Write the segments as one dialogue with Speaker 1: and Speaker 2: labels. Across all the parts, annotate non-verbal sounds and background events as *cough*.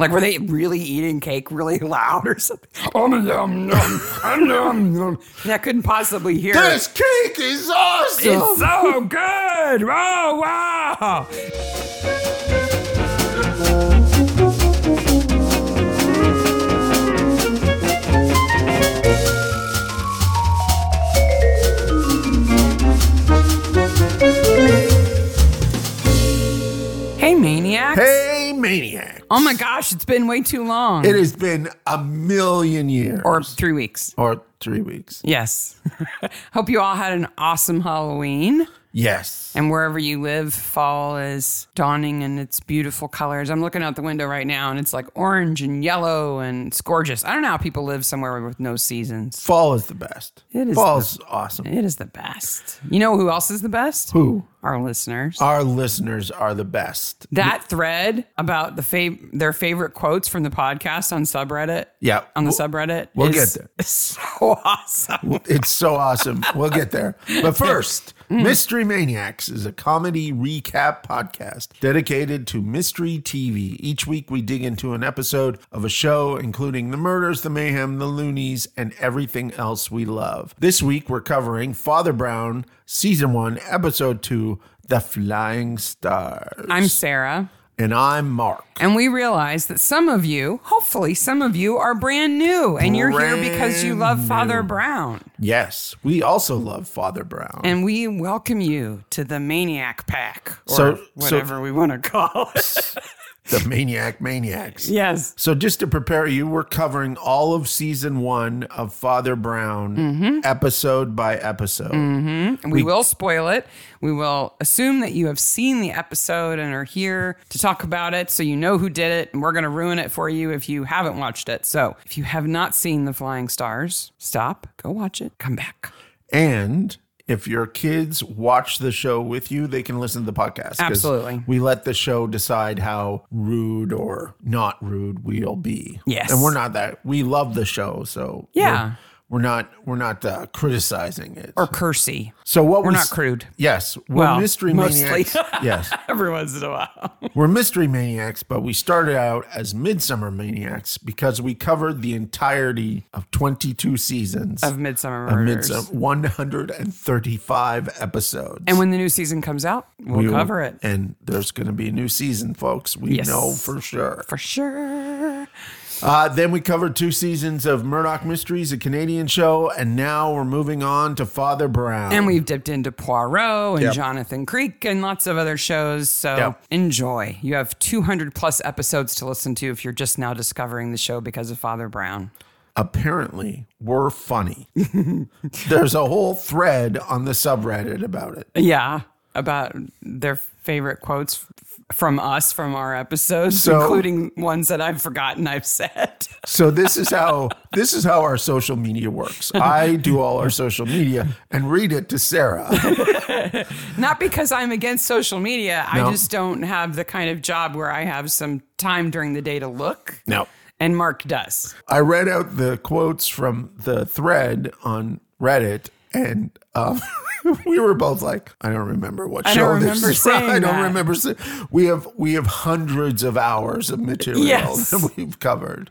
Speaker 1: Like, were they really eating cake really *laughs* loud or something? Um, yum, yum, um, yum, yum. And I couldn't possibly hear
Speaker 2: This cake is
Speaker 1: it. It's *laughs*
Speaker 2: awesome.
Speaker 1: so good! Oh, wow! Hey, maniacs!
Speaker 2: Hey, maniac.
Speaker 1: Oh my gosh, it's been way too long.
Speaker 2: It has been a million years.
Speaker 1: or three weeks.
Speaker 2: or three weeks.
Speaker 1: Yes. *laughs* Hope you all had an awesome Halloween.
Speaker 2: Yes.
Speaker 1: And wherever you live, fall is dawning in its beautiful colors. I'm looking out the window right now and it's like orange and yellow and it's gorgeous. I don't know how people live somewhere with no seasons.
Speaker 2: Fall is the best.
Speaker 1: It is
Speaker 2: Fall is awesome.
Speaker 1: It is the best. You know who else is the best?
Speaker 2: Who? Uh,
Speaker 1: Our listeners.
Speaker 2: Our listeners are the best.
Speaker 1: that thread about the fav- their favorite quotes from the podcast on subreddit.
Speaker 2: Yeah.
Speaker 1: On the
Speaker 2: We'll-
Speaker 1: subreddit.
Speaker 2: we'll
Speaker 1: is *laughs*
Speaker 2: get
Speaker 1: So awesome.
Speaker 2: It's so awesome. We'll get there. But first, Mystery Maniacs is a comedy recap podcast dedicated to mystery TV. Each week, we dig into an episode of a show, including the murders, the mayhem, the loonies, and everything else we love. This week, we're covering Father Brown, Season 1, Episode 2, The Flying Stars.
Speaker 1: I'm Sarah.
Speaker 2: and I'm Mark.
Speaker 1: And we realize that some of you, hopefully some of you, are brand new and you're here because you
Speaker 2: Brand
Speaker 1: love Father Brown.
Speaker 2: Yes, we also love Father Brown.
Speaker 1: And we welcome you to the Maniac Pack or
Speaker 2: So- so-
Speaker 1: whatever we want to call it.
Speaker 2: the Maniac
Speaker 1: *laughs*
Speaker 2: Maniacs.
Speaker 1: yes.
Speaker 2: So, just to prepare you, we're covering all of season one of Father Brown,
Speaker 1: Mm-hmm.
Speaker 2: episode by episode.
Speaker 1: Mm. And we will spoil it. We will assume that you have seen the episode and are here to talk about it so you know who did it. And we're going to ruin it for you if you haven't watched it. So if you have not seen The Flying Stars, stop, go watch it, come back.
Speaker 2: And if your kids watch the show with you, they can listen to the podcast. 'cause
Speaker 1: Absolutely.
Speaker 2: We let the show decide how rude or not rude we'll be.
Speaker 1: Yes.
Speaker 2: And we're not that. We love the show. So,
Speaker 1: Yeah.
Speaker 2: We're, we're not we're not uh, criticizing it.
Speaker 1: Or Cursey.
Speaker 2: so what
Speaker 1: We're
Speaker 2: we
Speaker 1: not
Speaker 2: s-
Speaker 1: crude.
Speaker 2: Yes, we're
Speaker 1: Well,
Speaker 2: mystery
Speaker 1: mostly. *laughs*
Speaker 2: maniacs. yes,
Speaker 1: Every once in a while.
Speaker 2: We're mystery maniacs, but we started out as midsummer maniacs because we covered the entirety of 22 seasons
Speaker 1: Of Midsummer
Speaker 2: of
Speaker 1: Murders.
Speaker 2: Midsum- 135 episodes.
Speaker 1: and when the new season comes out, we'll
Speaker 2: will-
Speaker 1: cover it.
Speaker 2: And there's going to be a new season, folks. We
Speaker 1: Yes.
Speaker 2: know for sure.
Speaker 1: For sure.
Speaker 2: Uh, then we covered two seasons of Murdoch Mysteries, a Canadian show, and now we're moving on to Father Brown.
Speaker 1: And we've dipped into Poirot and
Speaker 2: Yep.
Speaker 1: Jonathan Creek and lots of other shows. So
Speaker 2: Yep.
Speaker 1: enjoy. You have 200 plus episodes to listen to if you're just now discovering the show because of Father Brown.
Speaker 2: apparently were funny. *laughs* there's a whole thread on the subreddit about it.
Speaker 1: Yeah. About their favorite quotes f- from us from our episodes,
Speaker 2: So-
Speaker 1: including ones that I've forgotten I've said. *laughs*
Speaker 2: So this is how *laughs* this is how our social media works. I do all our social media and read it to Sarah.
Speaker 1: Not because I'm against social media.
Speaker 2: No.
Speaker 1: I just don't have the kind of job where I have some time during the day to look.
Speaker 2: No.
Speaker 1: And Mark does.
Speaker 2: I read out the quotes from the thread on Reddit and um, *laughs* we were both like, I don't remember what
Speaker 1: I
Speaker 2: show
Speaker 1: don't
Speaker 2: this
Speaker 1: remember
Speaker 2: is from. *laughs*
Speaker 1: saying
Speaker 2: I don't
Speaker 1: that.
Speaker 2: remember. Say- we have we have hundreds of hours of material
Speaker 1: Yes.
Speaker 2: that we've covered.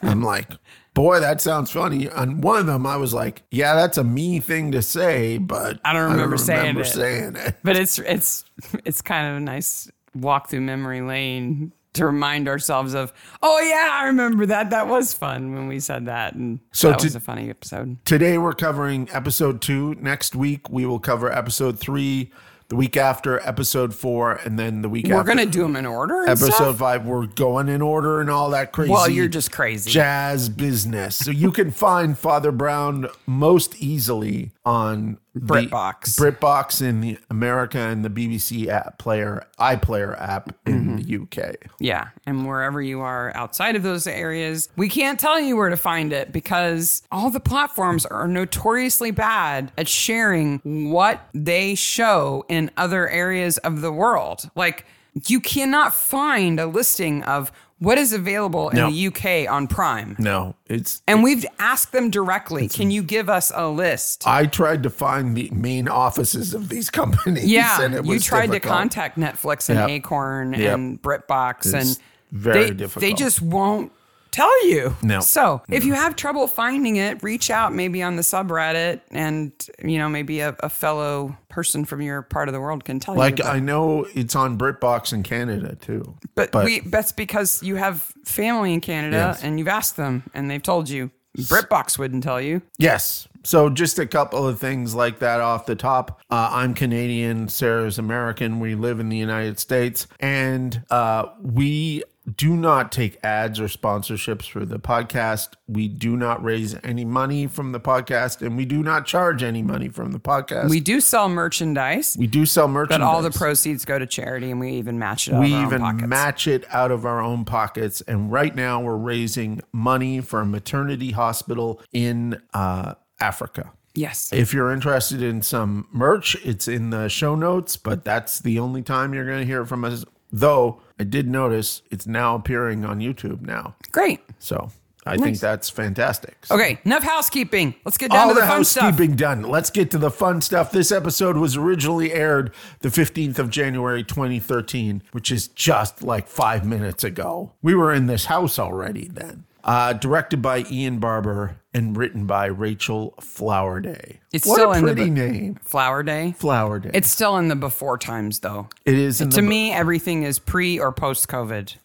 Speaker 2: I'm like, boy, that sounds funny. And one of them, I was like, yeah, that's a me thing to say, but
Speaker 1: I don't remember saying
Speaker 2: remember
Speaker 1: it.
Speaker 2: saying it.
Speaker 1: But it's it's it's kind of a nice walk through memory lane to remind ourselves of, oh yeah, I remember that. That was fun when we said that. And
Speaker 2: So
Speaker 1: that
Speaker 2: to-
Speaker 1: was a funny episode.
Speaker 2: Today we're covering episode two. Next week we will cover episode three. The week after episode four, and then the week
Speaker 1: We're
Speaker 2: after
Speaker 1: gonna do them in order. And
Speaker 2: episode
Speaker 1: stuff?
Speaker 2: five. We're going in order and all that crazy.
Speaker 1: Well, you're just crazy.
Speaker 2: jazz business. So you can find Father Brown most easily on the
Speaker 1: BritBox.
Speaker 2: BritBox in the America and the BBC app player, iPlayer app
Speaker 1: Mm-hmm.
Speaker 2: in the UK.
Speaker 1: Yeah. And wherever you are outside of those areas, we can't tell you where to find it because all the platforms are notoriously bad at sharing what they show in other areas of the world. Like, you cannot find a listing of what is available in
Speaker 2: No.
Speaker 1: the UK on Prime.
Speaker 2: No, it's.
Speaker 1: And we've asked them directly, can you give us a list?
Speaker 2: I tried to find the main offices of these *laughs* companies.
Speaker 1: Yeah,
Speaker 2: and it
Speaker 1: you
Speaker 2: was
Speaker 1: tried to
Speaker 2: difficult.
Speaker 1: contact Netflix and
Speaker 2: Yep.
Speaker 1: Acorn
Speaker 2: Yep.
Speaker 1: and BritBox,
Speaker 2: It's-
Speaker 1: and
Speaker 2: Very
Speaker 1: they,
Speaker 2: difficult.
Speaker 1: They just won't tell you.
Speaker 2: No.
Speaker 1: So if you have trouble finding it, reach out maybe on the subreddit and, you know, maybe a, a fellow person from your part of the world can tell
Speaker 2: like
Speaker 1: you. about
Speaker 2: I know it's on BritBox in Canada too.
Speaker 1: But, we that's because you have family in Canada
Speaker 2: Yes.
Speaker 1: and you've asked them and they've told you. BritBox wouldn't tell you.
Speaker 2: Yes. So just a couple of things like that off the top. Uh, I'm Canadian. Sarah's American. We live in the United States, and uh, we do not take ads or sponsorships for the podcast. We do not raise any money from the podcast, and we do not charge any money from the podcast.
Speaker 1: We do sell merchandise,
Speaker 2: we do sell merchandise.
Speaker 1: but all the proceeds go to charity and we even match it out of
Speaker 2: we
Speaker 1: our
Speaker 2: even
Speaker 1: own pockets.
Speaker 2: match it out of our own pockets and right now we're raising money for a maternity hospital in uh, africa
Speaker 1: yes.
Speaker 2: if you're interested in some merch it's in the show notes but that's the only time you're going to hear from us though i did notice it's now appearing on youtube now
Speaker 1: Great.
Speaker 2: so i think that's fantastic So
Speaker 1: Okay, enough housekeeping. Let's get down
Speaker 2: all
Speaker 1: to
Speaker 2: the,
Speaker 1: the, fun stuff.
Speaker 2: housekeeping done. Let's get to the fun stuff. This episode was originally aired the 15th of January 2013, which is just like five minutes ago. We were in this house already then. Uh, directed by Ian Barber and written by Rachel Flowerday.
Speaker 1: It's
Speaker 2: what
Speaker 1: still
Speaker 2: a
Speaker 1: in the
Speaker 2: pretty
Speaker 1: book.
Speaker 2: name,
Speaker 1: Flower Day.
Speaker 2: Flowerday.
Speaker 1: It's still in the before times though.
Speaker 2: it is in
Speaker 1: to
Speaker 2: the book.
Speaker 1: me, everything is pre or post COVID.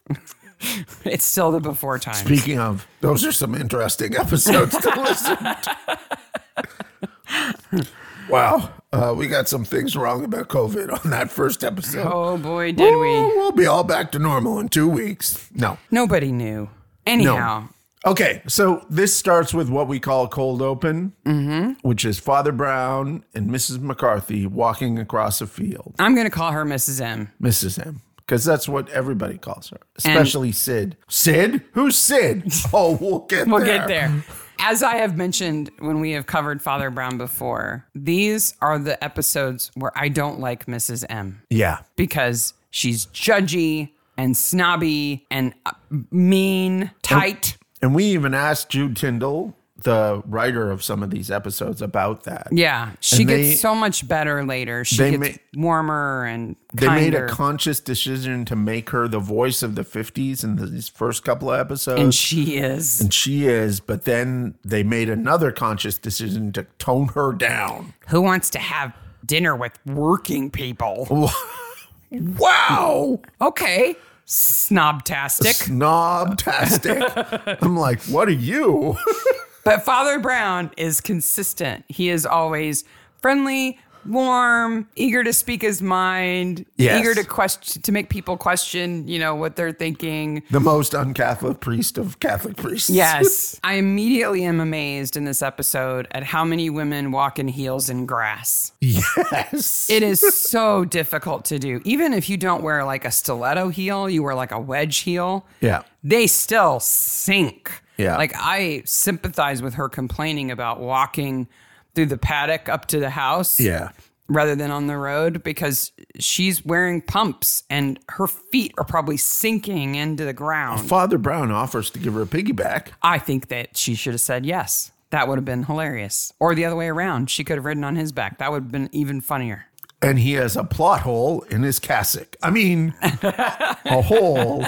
Speaker 1: *laughs* it's still the before times.
Speaker 2: Speaking of, those are some interesting *laughs* episodes to listen to.
Speaker 1: *laughs*
Speaker 2: Wow, uh, we got some things wrong about COVID on that first episode.
Speaker 1: oh boy, did we?
Speaker 2: We'll be all back to normal in two weeks. No.
Speaker 1: Nobody knew. Anyhow,
Speaker 2: Okay, so this starts with what we call cold open,
Speaker 1: Mm-hmm.
Speaker 2: which is Father Brown and Mrs. McCarthy walking across a field.
Speaker 1: I'm going to call her Mrs. M.
Speaker 2: Mrs. M, because that's what everybody calls her, especially Sid. Sid? Who's Sid? *laughs* Oh, we'll get
Speaker 1: We'll
Speaker 2: there.
Speaker 1: get there. *laughs* As I have mentioned when we have covered Father Brown before, these are the episodes where I don't like Mrs. M
Speaker 2: Yeah.
Speaker 1: because she's judgy and snobby and uh, mean, tight.
Speaker 2: And we even asked Jude Tyndall, the writer of some of these episodes, about that.
Speaker 1: Yeah, she
Speaker 2: And they-
Speaker 1: gets so much better later. She
Speaker 2: they
Speaker 1: gets
Speaker 2: ma-
Speaker 1: warmer and
Speaker 2: They
Speaker 1: kinder.
Speaker 2: made a conscious decision to make her the voice of the 50s in these first couple of episodes.
Speaker 1: and she is.
Speaker 2: And she is, but then they made another conscious decision to tone her down.
Speaker 1: Who wants to have dinner with working people?
Speaker 2: Wow.
Speaker 1: Okay. Snobtastic. *laughs*
Speaker 2: Snobtastic. I'm like, what are you?
Speaker 1: But Father Brown is consistent. He is always friendly, warm, eager to speak his mind,
Speaker 2: Yes.
Speaker 1: eager to question to make people question, you know, what they're thinking.
Speaker 2: the most un-Catholic priest of Catholic priests.
Speaker 1: Yes. *laughs* I immediately am amazed in this episode at how many women walk in heels in grass.
Speaker 2: *laughs* Yes.
Speaker 1: It
Speaker 2: *laughs*
Speaker 1: is so difficult to do. Even if you don't wear like a stiletto heel, you wear like a wedge heel.
Speaker 2: yeah.
Speaker 1: They still sink.
Speaker 2: Yeah.
Speaker 1: Like I sympathize with her complaining about walking through the paddock up to the house
Speaker 2: Yeah.
Speaker 1: rather than on the road because she's wearing pumps and her feet are probably sinking into the ground.
Speaker 2: Father Brown offers to give her a piggyback.
Speaker 1: I think that she should have said yes. That would have been hilarious. Or the other way around. She could have ridden on his back. That would have been even funnier.
Speaker 2: and he has a plot hole in his cassock. I mean,
Speaker 1: *laughs*
Speaker 2: a hole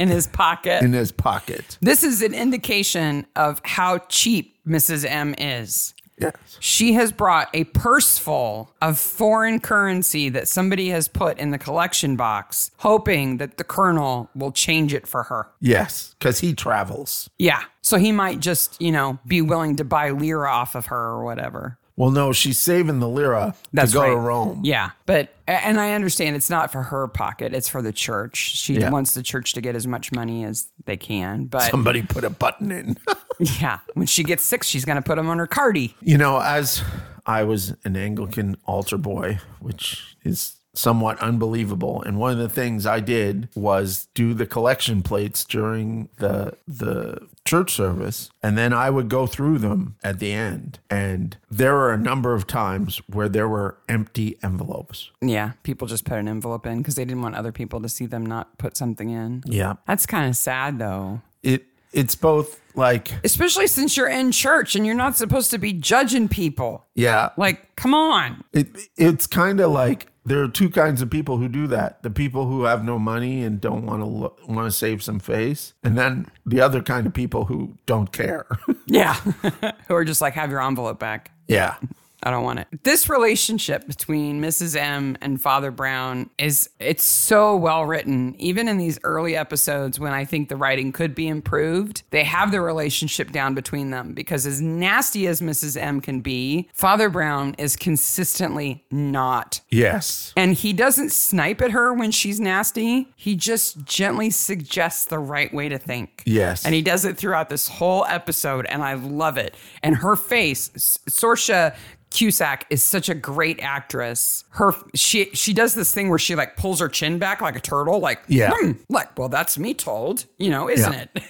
Speaker 1: In his pocket.
Speaker 2: in his pocket.
Speaker 1: This is an indication of how cheap Mrs. M is.
Speaker 2: Yes.
Speaker 1: She has brought a purse full of foreign currency that somebody has put in the collection box, hoping that the colonel will change it for her.
Speaker 2: Yes, because he travels.
Speaker 1: Yeah. So he might just, you know, be willing to buy lira off of her or whatever.
Speaker 2: Well, no, she's saving the lira
Speaker 1: That's
Speaker 2: to go to
Speaker 1: right.
Speaker 2: Rome.
Speaker 1: Yeah. But, and I understand it's not for her pocket, it's for the church. She
Speaker 2: Yeah.
Speaker 1: wants the church to get as much money as they can. But
Speaker 2: Somebody put a button in.
Speaker 1: *laughs*
Speaker 2: *laughs*
Speaker 1: yeah, when she gets sick, she's going to put them on her cardi.
Speaker 2: you know, as I was an Anglican altar boy, which is somewhat unbelievable, and one of the things I did was do the collection plates during the the church service, and then I would go through them at the end. And there were a number of times where there were empty envelopes.
Speaker 1: Yeah, people just put an envelope in because they didn't want other people to see them not put something in.
Speaker 2: Yeah.
Speaker 1: That's kind of sad though.
Speaker 2: It it's both Like,
Speaker 1: Especially since you're in church and you're not supposed to be judging people.
Speaker 2: yeah,
Speaker 1: Like, come on.
Speaker 2: it, it's kind of like there are two kinds of people who do that the people who have no money and don't want to want to save some face and then the other kind of people who don't care *laughs*
Speaker 1: Yeah. *laughs* Who are just like, have your envelope back.
Speaker 2: yeah
Speaker 1: I don't want it. This relationship between Mrs. M and Father Brown is it's so well written. Even in these early episodes when I think the writing could be improved, they have the relationship down between them because as nasty as Mrs. M can be, Father Brown is consistently not
Speaker 2: yes
Speaker 1: and he doesn't snipe at her when she's nasty. He just gently suggests the right way to think.
Speaker 2: Yes.
Speaker 1: And he does it throughout this whole episode, and I love it. And her face, S- Sorsha Cusack is such a great actress. Her she she does this thing where she like pulls her chin back like a turtle, like
Speaker 2: Yeah.
Speaker 1: "Hmm, like well that's me told, you know, isn't
Speaker 2: Yeah.
Speaker 1: it?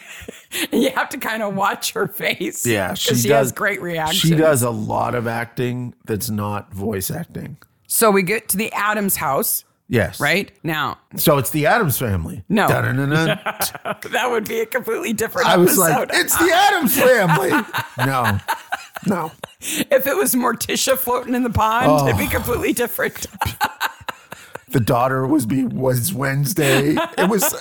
Speaker 1: *laughs* and you have to kind of watch her face. *laughs*
Speaker 2: yeah
Speaker 1: 'cause
Speaker 2: she, does
Speaker 1: has great reactions.
Speaker 2: she does a lot of acting that's not voice acting
Speaker 1: So we get to the Adams house,
Speaker 2: yes
Speaker 1: right now.
Speaker 2: so it's the adams family
Speaker 1: No.
Speaker 2: Dun-dun-dun-dun.
Speaker 1: *laughs* That would be a completely different
Speaker 2: i was like
Speaker 1: episode.
Speaker 2: it's the adams family
Speaker 1: *laughs*
Speaker 2: no no
Speaker 1: if it Oh. was Morticia floating in the pond, it'd be completely different.
Speaker 2: the daughter was be was Wednesday. It was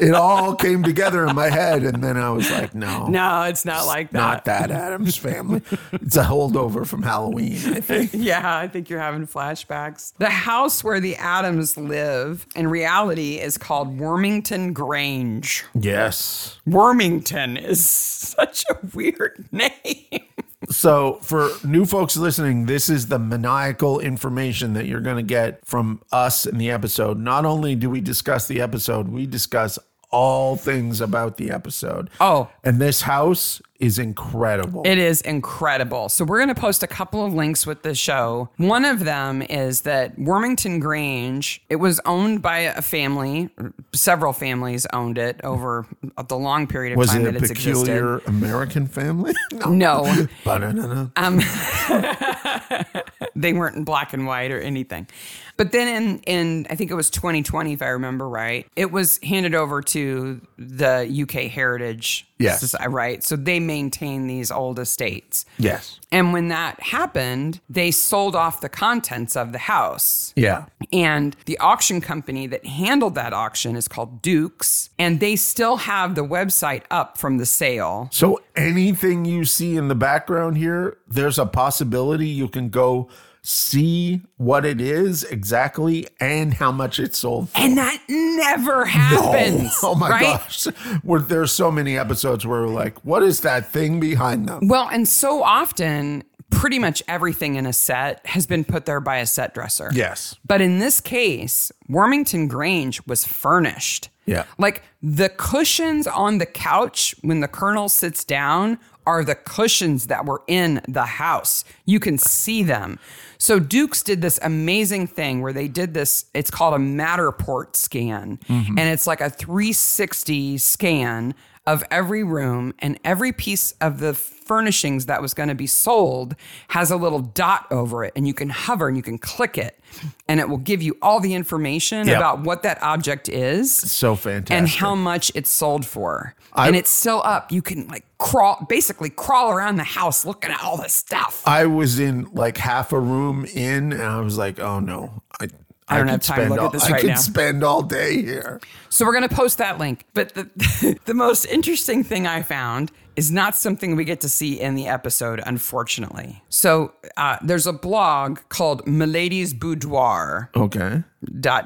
Speaker 2: it all came together in my head and then I was like, no.
Speaker 1: *laughs* No, it's not like that.
Speaker 2: Not that Adams family. It's a holdover from Halloween, I think.
Speaker 1: Yeah, I think you're having flashbacks. The house where the Adams live in reality is called Wormington Grange.
Speaker 2: Yes.
Speaker 1: Wormington is such a weird *laughs* name.
Speaker 2: So, for new folks listening, this is the maniacal information that you're going to get from us in the episode. Not only do we discuss the episode, we discuss all things about the episode.
Speaker 1: Oh.
Speaker 2: And this house is incredible.
Speaker 1: It is incredible. So we're going to post a couple of links with the show. One of them is that Wormington Grange, it was owned by a family, several families owned it over the long period of
Speaker 2: was
Speaker 1: time
Speaker 2: it a
Speaker 1: that it's
Speaker 2: peculiar American family? *laughs*
Speaker 1: existed. No, *laughs*
Speaker 2: Ba-da-da-da.
Speaker 1: they weren't in black and white or anything. But then in, in I think it was 2020 if I remember right, it was handed over to the UK Heritage
Speaker 2: Yes.
Speaker 1: Soci- right? So they maintain these old estates.
Speaker 2: Yes.
Speaker 1: And when that happened, they sold off the contents of the house.
Speaker 2: Yeah.
Speaker 1: And the auction company that handled that auction is called Dukes, and they still have the website up from the sale.
Speaker 2: So anything you see in the background here, there's a possibility you can go see what it is exactly and how much it sold for.
Speaker 1: And that never happens.
Speaker 2: Oh my
Speaker 1: right?
Speaker 2: gosh. Where there's so many episodes where we're like, what is that thing behind them?
Speaker 1: Well, and so often, pretty much everything in a set has been put there by a set dresser.
Speaker 2: Yes.
Speaker 1: But in this case, Wormington Grange was furnished.
Speaker 2: Yeah.
Speaker 1: Like the cushions on the couch when the colonel sits down are the cushions that were in the house. You can see them. So Dukes did this amazing thing where they did this, it's called a Matterport scan. And it's like a 360 scan of every room and every piece of the furnishings that was going to be sold has a little dot over it and you can hover and you can click it and it will give you all the information
Speaker 2: Yep.
Speaker 1: about what that object is
Speaker 2: So fantastic.
Speaker 1: and how much it's sold for. and it's still up. You can like crawl, basically crawl around the house looking at all this stuff.
Speaker 2: I was in like half a room in and I was like, oh no. I I,
Speaker 1: don't
Speaker 2: could
Speaker 1: have time to
Speaker 2: spend
Speaker 1: look at
Speaker 2: all,
Speaker 1: this
Speaker 2: I
Speaker 1: right
Speaker 2: could
Speaker 1: now.
Speaker 2: spend all day here.
Speaker 1: so we're going to post that link. But the, *laughs* the most interesting thing I found is not something we get to see in the episode, unfortunately. So uh, there's a blog called Milady's Boudoir.
Speaker 2: Okay.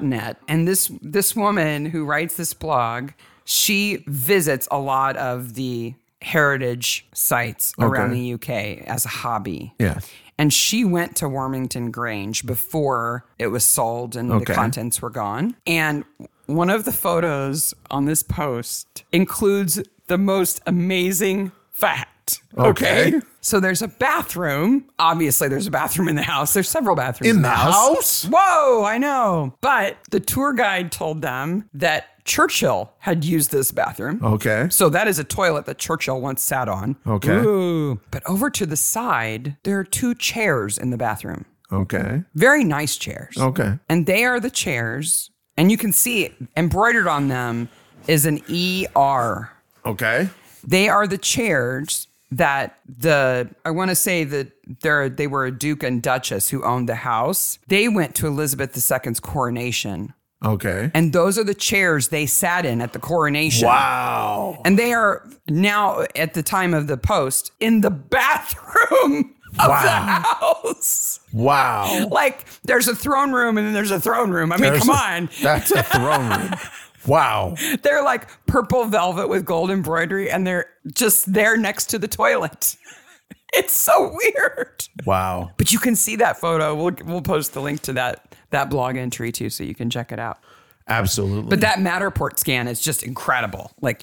Speaker 1: net. And this this woman who writes this blog, she visits a lot of the heritage sites around
Speaker 2: Okay.
Speaker 1: the UK as a hobby.
Speaker 2: Yes.
Speaker 1: And she went to Warmington Grange before it was sold and
Speaker 2: Okay.
Speaker 1: the contents were gone. And one of the photos on this post includes the most amazing fact.
Speaker 2: Okay.
Speaker 1: So there's a bathroom. Obviously, there's a bathroom in the house. There's several bathrooms
Speaker 2: In the house?
Speaker 1: Whoa, I know. But the tour guide told them that Churchill had used this bathroom.
Speaker 2: Okay.
Speaker 1: So that is a toilet that Churchill once sat on.
Speaker 2: Okay.
Speaker 1: Ooh. But over to the side, there are two chairs in the bathroom.
Speaker 2: Okay.
Speaker 1: Very nice chairs.
Speaker 2: Okay.
Speaker 1: And they are the chairs. E And you can see embroidered on them is an ER.
Speaker 2: Okay.
Speaker 1: They are the chairs that the I want to say that there they were a duke and duchess who owned the house. They went to Elizabeth II's coronation,
Speaker 2: Okay.
Speaker 1: and those are the chairs they sat in at the coronation.
Speaker 2: Wow.
Speaker 1: And they are now at the time of the post in the bathroom *laughs* of the
Speaker 2: Wow.
Speaker 1: house.
Speaker 2: Wow.
Speaker 1: Like there's a throne room and then there's a throne room. I mean,
Speaker 2: There's
Speaker 1: come
Speaker 2: a-
Speaker 1: on.
Speaker 2: *laughs* That's a throne room. Wow.
Speaker 1: They're like purple velvet with gold embroidery, and they're just there next to the toilet. *laughs* It's so weird.
Speaker 2: Wow.
Speaker 1: But you can see that photo. We'll we'll post the link to that that blog entry too, so you can check it out.
Speaker 2: Absolutely.
Speaker 1: But that Matterport scan is just incredible. Like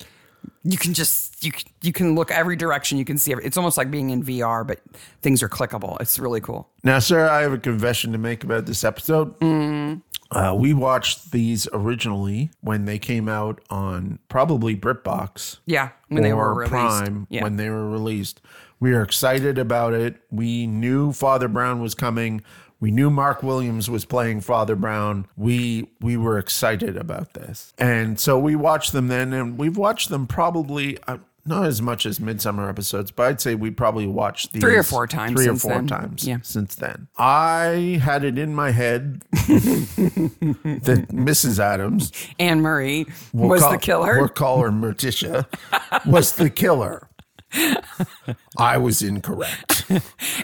Speaker 1: you can just you can- you can look every direction. You can see every, it's almost like being in VR, but things are clickable. It's really cool.
Speaker 2: Now, Sarah, I have a confession to make about this episode.
Speaker 1: Mm-hmm.
Speaker 2: Uh, we watched these originally when they came out on probably BritBox.
Speaker 1: Yeah, when they were
Speaker 2: or
Speaker 1: released.
Speaker 2: Prime
Speaker 1: yeah.
Speaker 2: when they were released. We are excited about it. We knew Father Brown was coming. We knew Mark Williams was playing Father Brown. We we were excited about this, and so we watched them then, and we've watched them probably. Uh, not as much as midsummer episodes, but I'd say we probably watched these
Speaker 1: Three or four times
Speaker 2: Three
Speaker 1: since
Speaker 2: or four
Speaker 1: then.
Speaker 2: times
Speaker 1: Yeah.
Speaker 2: since then. I had it in my head *laughs* that Mrs. Adams
Speaker 1: Anne Marie
Speaker 2: We'll
Speaker 1: was
Speaker 2: call-
Speaker 1: the killer.
Speaker 2: We'll call her Morticia. was
Speaker 1: *laughs*
Speaker 2: the killer. I was incorrect.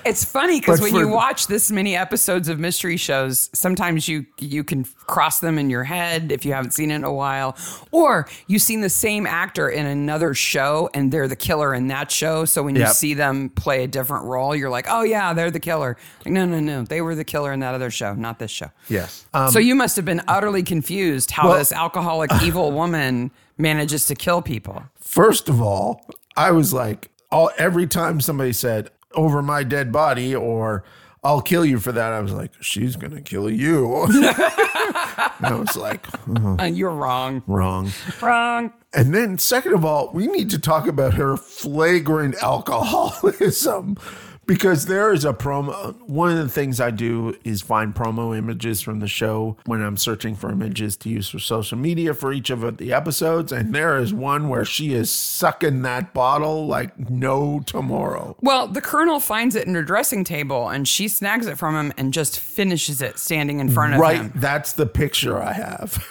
Speaker 1: It's funny because
Speaker 2: But
Speaker 1: when
Speaker 2: for-
Speaker 1: you watch this many episodes of mystery shows, sometimes you you can cross them in your head if you haven't seen it in a while, or you've seen the same actor in another show and they're the killer in that show. So when you
Speaker 2: Yep.
Speaker 1: see them play a different role, you're like, oh yeah, they're the killer. Like, no, no, no, they were the killer in that other show, not this show.
Speaker 2: Yes. Um,
Speaker 1: so you must have been utterly confused how
Speaker 2: Well-
Speaker 1: this alcoholic evil woman manages to kill people.
Speaker 2: first of all, I was like, all every time somebody said over my dead body or I'll kill you for that, I was like, she's gonna kill you. *laughs* and I was like,
Speaker 1: Uh, you're wrong.
Speaker 2: wrong.
Speaker 1: Wrong.
Speaker 2: And then, second of all, we need to talk about her flagrant alcoholism because there is a promo. One of the things I do is find promo images from the show when I'm searching for images to use for social media for each of the episodes. And there is one where she is sucking that bottle like no tomorrow.
Speaker 1: Well, the colonel finds it in her dressing table and she snags it from him and just finishes it standing in front of
Speaker 2: Right.
Speaker 1: him.
Speaker 2: That's the picture I have.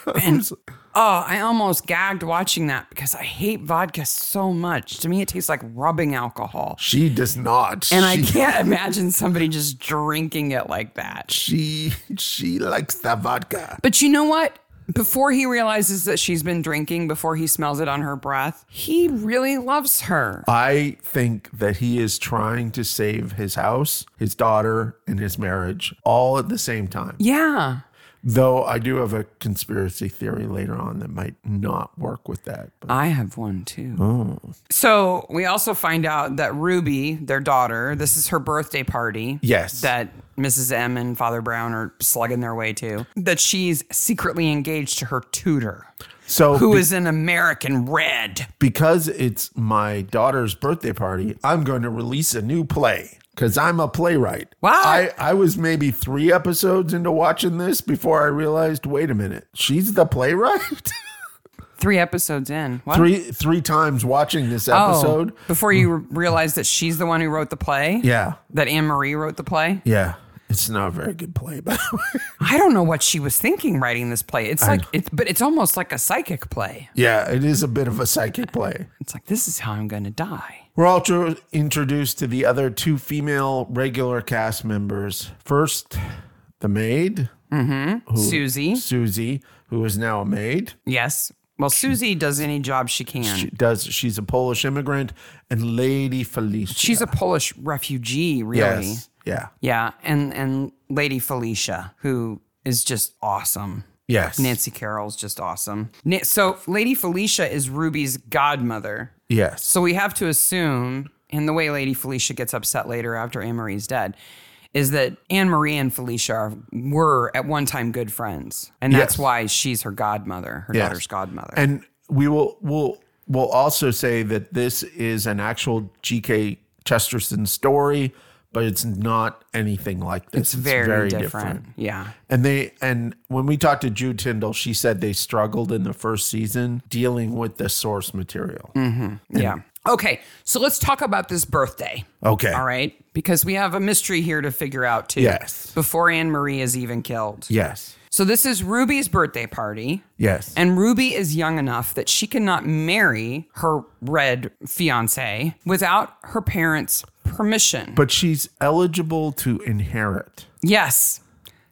Speaker 1: Oh, I almost gagged watching that because I hate vodka so much. To me, it tastes like rubbing alcohol.
Speaker 2: *laughs* she does not.
Speaker 1: And I
Speaker 2: she,
Speaker 1: can't *laughs* imagine somebody just drinking it like that.
Speaker 2: she she likes the vodka.
Speaker 1: But you know what? Before he realizes that she's been drinking, before he smells it on her breath, he really loves her.
Speaker 2: I think that he is trying to save his house, his daughter, and his marriage all at the same time.
Speaker 1: Yeah.
Speaker 2: Though I do have a conspiracy theory later on that might not work with that. But
Speaker 1: I have one too.
Speaker 2: Oh.
Speaker 1: So we also find out that Ruby, their daughter, this is her birthday party.
Speaker 2: Yes.
Speaker 1: That Mrs. M and Father Brown are slugging their way to. That she's secretly engaged to her tutor,
Speaker 2: so
Speaker 1: who
Speaker 2: be-
Speaker 1: is an American red.
Speaker 2: because it's my daughter's birthday party, I'm going to release a new play because I'm a playwright.
Speaker 1: What?
Speaker 2: I, I was maybe three episodes into watching this before I realized, wait a minute, she's the playwright? *laughs*
Speaker 1: Three episodes in. What?
Speaker 2: three three times watching this
Speaker 1: Oh,
Speaker 2: episode.
Speaker 1: before you re- realize that she's the one who wrote the play?
Speaker 2: Yeah.
Speaker 1: That Anne Marie wrote the play?
Speaker 2: Yeah. It's not a very good play, by the way. *laughs*
Speaker 1: I don't know what she was thinking writing this play. It's like, it's, but it's almost like a psychic play.
Speaker 2: Yeah, it is a bit of a psychic play.
Speaker 1: It's like, this is how I'm going to die.
Speaker 2: We're also introduced to the other two female regular cast members. First, the maid, Hmm?
Speaker 1: Susie.
Speaker 2: Susie, who is now a maid.
Speaker 1: Yes. Well, Susie does any job she can.
Speaker 2: She does she's a Polish immigrant, and Lady Felicia.
Speaker 1: She's a Polish refugee, really.
Speaker 2: yes, yeah,
Speaker 1: Yeah, and and Lady Felicia, who is just awesome.
Speaker 2: yes,
Speaker 1: Nancy Carroll's just awesome. Na- So Lady Felicia is Ruby's godmother.
Speaker 2: yes,
Speaker 1: So we have to assume, and the way Lady Felicia gets upset later after Anne Marie's dead, is that Anne Marie and Felicia are, were at one time good friends, and that's
Speaker 2: Yes.
Speaker 1: why she's her godmother, her daughter's godmother.
Speaker 2: And we will will will also say that this is an actual G.K. Chesterton story, but it's not anything like
Speaker 1: It's
Speaker 2: this.
Speaker 1: very, different. Yeah.
Speaker 2: And they and when we talked to Jude Tyndall, she said they struggled in the first season dealing with the source material.
Speaker 1: Mm. Yeah. Okay. So let's talk about this birthday.
Speaker 2: Okay.
Speaker 1: All right. Because we have a mystery here to figure out, too.
Speaker 2: Yes.
Speaker 1: Before Anne Marie is even killed.
Speaker 2: Yes.
Speaker 1: So this is Ruby's birthday party.
Speaker 2: Yes.
Speaker 1: And Ruby is young enough that she cannot marry her red fiance without her parents' permission.
Speaker 2: but she's eligible to inherit.
Speaker 1: yes.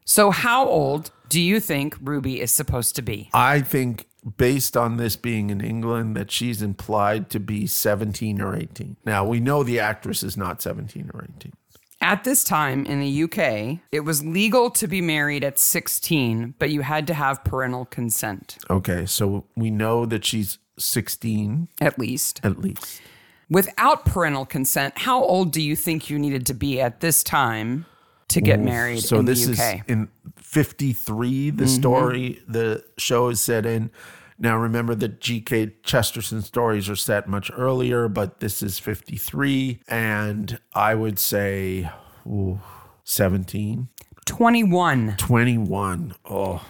Speaker 1: So how old do you think Ruby is supposed to be?
Speaker 2: I think based on this being in England that she's implied to be 17 or 18. Now, we know the actress is not 17 or 18.
Speaker 1: At this time in the UK, it was legal to be married at 16, but you had to have parental consent,
Speaker 2: Okay, so we know that she's 16
Speaker 1: at least.
Speaker 2: at least.
Speaker 1: Without parental consent, how old do you think you needed to be at this time to get married
Speaker 2: So
Speaker 1: in
Speaker 2: this
Speaker 1: the Mm-hmm.
Speaker 2: is
Speaker 1: UK?
Speaker 2: in 53 the story the show is set in. Now remember that GK Chesterton stories are set much earlier, but this is 53 and I would say ooh, 17,
Speaker 1: 21.
Speaker 2: 21. Oh.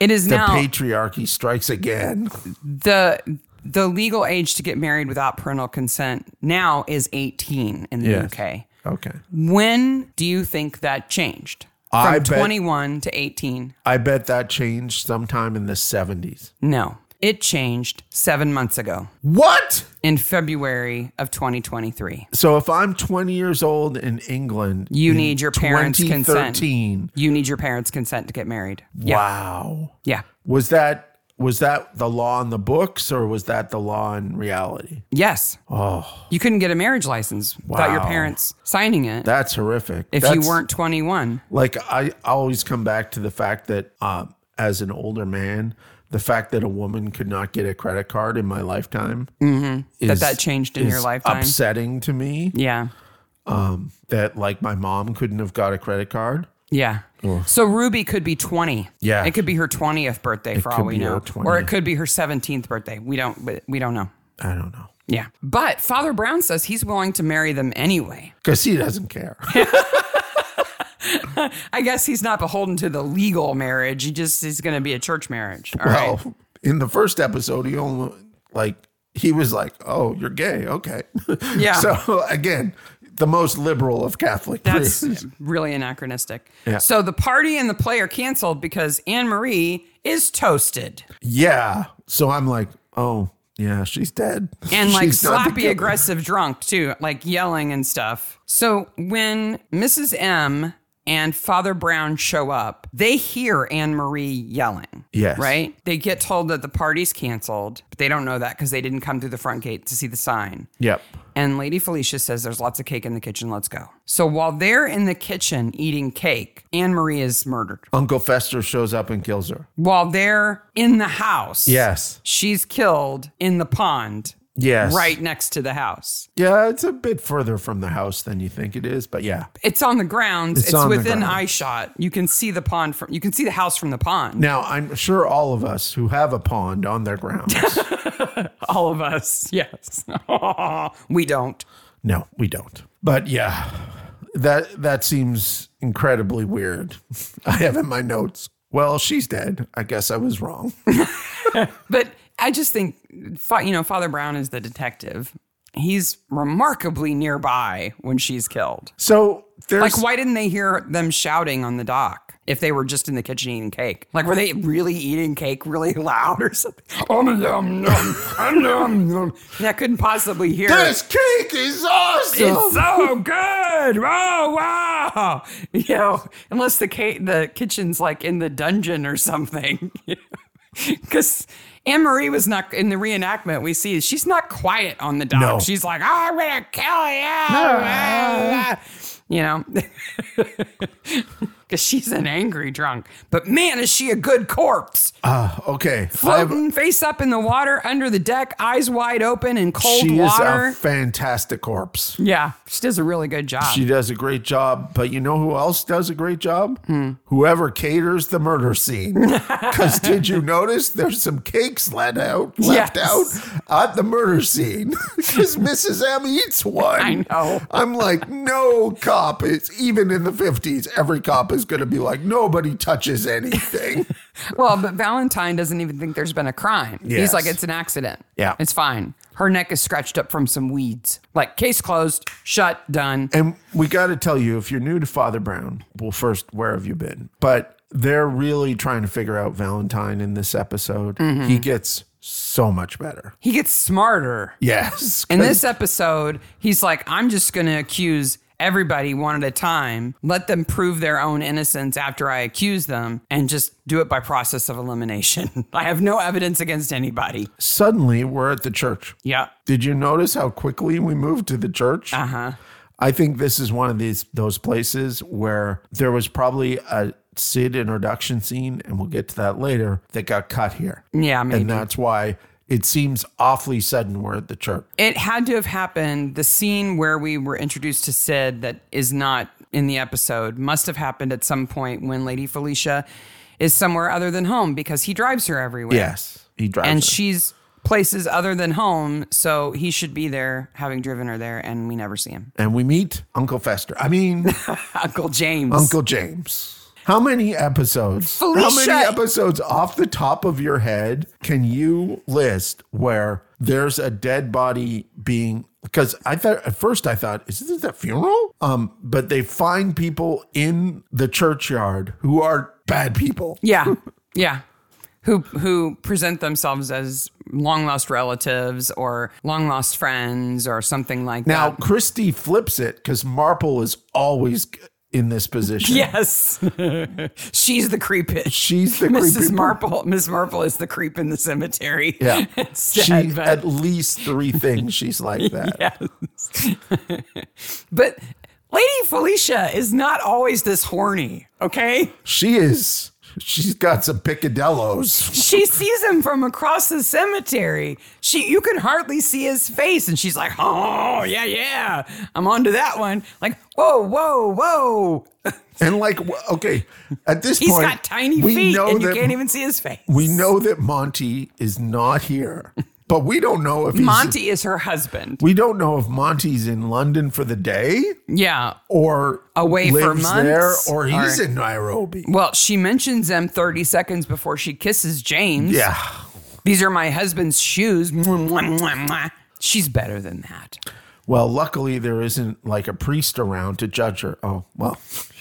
Speaker 1: It is
Speaker 2: The
Speaker 1: now
Speaker 2: patriarchy strikes again.
Speaker 1: the the legal age to get married without parental consent now is 18 in the
Speaker 2: Yes.
Speaker 1: UK.
Speaker 2: Okay.
Speaker 1: When do you think that changed? From
Speaker 2: I bet-
Speaker 1: 21 to 18?
Speaker 2: I bet that changed sometime in the 70s.
Speaker 1: No. It changed 7 months ago
Speaker 2: What?
Speaker 1: in February of 2023.
Speaker 2: So if I'm 20 years old in England,
Speaker 1: You
Speaker 2: in
Speaker 1: need your parents' consent.
Speaker 2: 2013,
Speaker 1: You need your parents' consent to get married. Yeah.
Speaker 2: Wow.
Speaker 1: Yeah.
Speaker 2: Was that was that the law in the books or was that the law in reality?
Speaker 1: Yes. Oh. You couldn't get a marriage license without your
Speaker 2: Wow.
Speaker 1: parents signing it
Speaker 2: That's horrific.
Speaker 1: if
Speaker 2: That's-
Speaker 1: you weren't 21.
Speaker 2: like I always come back to the fact that um, as an older man, the fact that a woman could not get a credit card in my lifetime is,
Speaker 1: Mm-hmm. that changed in your
Speaker 2: is
Speaker 1: lifetime.
Speaker 2: upsetting to me.
Speaker 1: Yeah.
Speaker 2: that like my mom couldn't have got a credit card.
Speaker 1: Yeah. So Ruby could be 20.
Speaker 2: Yeah.
Speaker 1: It could be her 20th birthday for all
Speaker 2: could
Speaker 1: we
Speaker 2: be her
Speaker 1: know.
Speaker 2: 20th.
Speaker 1: Or it could be her 17th birthday. We don't we- we don't know.
Speaker 2: I don't know.
Speaker 1: Yeah. But Father Brown says he's willing to marry them anyway.
Speaker 2: Because he doesn't care. *laughs*
Speaker 1: I guess he's not beholden to the legal marriage. He just is going to be a church marriage. All right.
Speaker 2: well, in the first episode, he only like he was like, "Oh, you're gay, okay."
Speaker 1: Yeah.
Speaker 2: *laughs* so again, the most liberal of Catholic *laughs*
Speaker 1: That's
Speaker 2: priests.
Speaker 1: really anachronistic.
Speaker 2: Yeah.
Speaker 1: So the party and the play are canceled because Anne Marie is toasted.
Speaker 2: Yeah. So I'm like, "Oh, yeah, she's dead."
Speaker 1: and like
Speaker 2: *laughs* She's not the
Speaker 1: sloppy
Speaker 2: killer.
Speaker 1: aggressive drunk too like yelling and stuff so when mrs m and father brown show up they hear anne marie yelling
Speaker 2: Yes.
Speaker 1: right they get told that the party's canceled but they don't know that because they didn't come through the front gate to see the sign
Speaker 2: Yep.
Speaker 1: and Lady Felicia says there's lots of cake in the kitchen, let's go. So while they're in the kitchen eating cake, Anne Marie is murdered.
Speaker 2: Uncle Fester shows up and kills her.
Speaker 1: While they're in the house,
Speaker 2: Yes.
Speaker 1: she's killed in the pond
Speaker 2: Yes.
Speaker 1: right next to the house.
Speaker 2: Yeah, it's a bit further from the house than you think it is, but yeah.
Speaker 1: It's on the grounds. It's,
Speaker 2: It's on the
Speaker 1: within
Speaker 2: ground.
Speaker 1: eye shot. You can see the pond from. You can see the house from the pond.
Speaker 2: Now, I'm sure all of us who have a pond on
Speaker 1: *laughs*
Speaker 2: their grounds.
Speaker 1: All of us. *laughs* Yes. we don't.
Speaker 2: No, we don't. But yeah, that that seems incredibly weird. *laughs* I have in my notes. Well, she's dead. I guess I was wrong. *laughs*
Speaker 1: But I just think, fa- you know, Father Brown is the detective. He's remarkably nearby when she's killed.
Speaker 2: So there's
Speaker 1: Like, why didn't they hear them shouting on the dock if they were just in the kitchen eating cake? Like, were they really eating cake really *laughs* loud or something? Um, yum, yum, um, yum, yum. And I couldn't possibly hear. it.
Speaker 2: this cake is awesome.
Speaker 1: It's so good. Oh *laughs* wow. You know, unless the ca- the kitchen's like in the dungeon or something. *laughs* Cuz Anne Marie was not in the reenactment we see she's not quiet on the dock.
Speaker 2: No.
Speaker 1: She's like, I'm *laughs* gonna kill you. You know. *laughs* because she's an angry drunk. But man, is she a good corpse.
Speaker 2: Ah, okay. I've-
Speaker 1: Floating face up in the water, under the deck, eyes wide open in cold
Speaker 2: she
Speaker 1: water.
Speaker 2: is a fantastic corpse.
Speaker 1: yeah, she does a really good job.
Speaker 2: She does a great job, but you know who else does a great job?
Speaker 1: Hmm.
Speaker 2: Whoever caters the murder scene.
Speaker 1: *laughs*
Speaker 2: Because did you notice there's some cakes let out, left
Speaker 1: Yes.
Speaker 2: out at the murder scene? *laughs* Because Mrs. M eats one.
Speaker 1: I know.
Speaker 2: I'm like, no cop is even in the 50s. Every cop is going to be like, nobody touches anything.
Speaker 1: well, but Valentine doesn't even think there's been a crime. He's
Speaker 2: Yes.
Speaker 1: like, it's an accident.
Speaker 2: Yeah.
Speaker 1: It's fine. Her neck is scratched up from some weeds. Like, case closed, shut, done.
Speaker 2: And we got to tell you, if you're new to Father Brown, well, first, where have you been? But they're really trying to figure out Valentine in this episode.
Speaker 1: Mm-hmm.
Speaker 2: He gets so much better. *laughs*
Speaker 1: He gets smarter.
Speaker 2: Yes.
Speaker 1: In this episode, he's like, I'm just going to accuse everybody one at a time, let them prove their own innocence after I accuse them, and just do it by process of elimination. *laughs* I have no evidence against anybody.
Speaker 2: Suddenly, we're at the church.
Speaker 1: Yeah.
Speaker 2: Did you notice how quickly we moved to the church? Uh
Speaker 1: Uh-huh.
Speaker 2: huh. I think this is one of these those places where there was probably a Sid introduction scene, and we'll get to that later. That got cut here,
Speaker 1: Yeah, maybe.
Speaker 2: and that's why it seems awfully sudden. We're at the church.
Speaker 1: it had to have happened. The scene where we were introduced to Sid that is not in the episode must have happened at some point when Lady Felicia is somewhere other than home because he drives her everywhere.
Speaker 2: Yes, he drives.
Speaker 1: and
Speaker 2: her.
Speaker 1: she's places other than home, so he should be there, having driven her there, and we never see him. *laughs*
Speaker 2: and we meet Uncle Fester. I mean,
Speaker 1: Uncle James.
Speaker 2: Uncle James. How many episodes? How
Speaker 1: Felicia-
Speaker 2: many episodes off the top of your head can you list where there's a dead body being? Because I thought at first I thought, is this a funeral? Um, but they find people in the churchyard who are bad people.
Speaker 1: Yeah, yeah. Who who present themselves as long lost relatives or long lost friends or something like
Speaker 2: Now
Speaker 1: that. *laughs*
Speaker 2: Christie flips it because Marple is always in this position.
Speaker 1: Yes, *laughs* she's the creepish.
Speaker 2: She's the
Speaker 1: Mrs.
Speaker 2: creepy-
Speaker 1: Marple. Miss Marple is the creep in the cemetery.
Speaker 2: Yeah.
Speaker 1: *laughs* it's
Speaker 2: she
Speaker 1: sad, but
Speaker 2: at least three things
Speaker 1: *laughs*
Speaker 2: she's like that.
Speaker 1: but Lady Felicia is not always this horny. Okay.
Speaker 2: She is. She's got
Speaker 1: *laughs*
Speaker 2: some picadillos.
Speaker 1: she
Speaker 2: *laughs*
Speaker 1: sees him from across the cemetery. She you can hardly see his face, and she's like, "Oh yeah, yeah, I'm onto that one." Like, whoa, whoa, whoa.
Speaker 2: And like, w- okay, at this
Speaker 1: He's
Speaker 2: point,
Speaker 1: got tiny feet, and you can't even see his face.
Speaker 2: we know that Monty is
Speaker 1: *laughs*
Speaker 2: not here, but we don't know if he's,
Speaker 1: Monty is her husband.
Speaker 2: We don't know if Monty's in London for the day
Speaker 1: Yeah.
Speaker 2: or
Speaker 1: Away for
Speaker 2: lives there,
Speaker 1: months,
Speaker 2: or he's
Speaker 1: or-
Speaker 2: in Nairobi.
Speaker 1: Well, she mentions them 30 seconds before she kisses James.
Speaker 2: Yeah,
Speaker 1: These are my husband's shoes. Mwah, mwah, mwah, mwah. She's better than that.
Speaker 2: Well, luckily there isn't like a priest around to judge her. Oh, well, *laughs*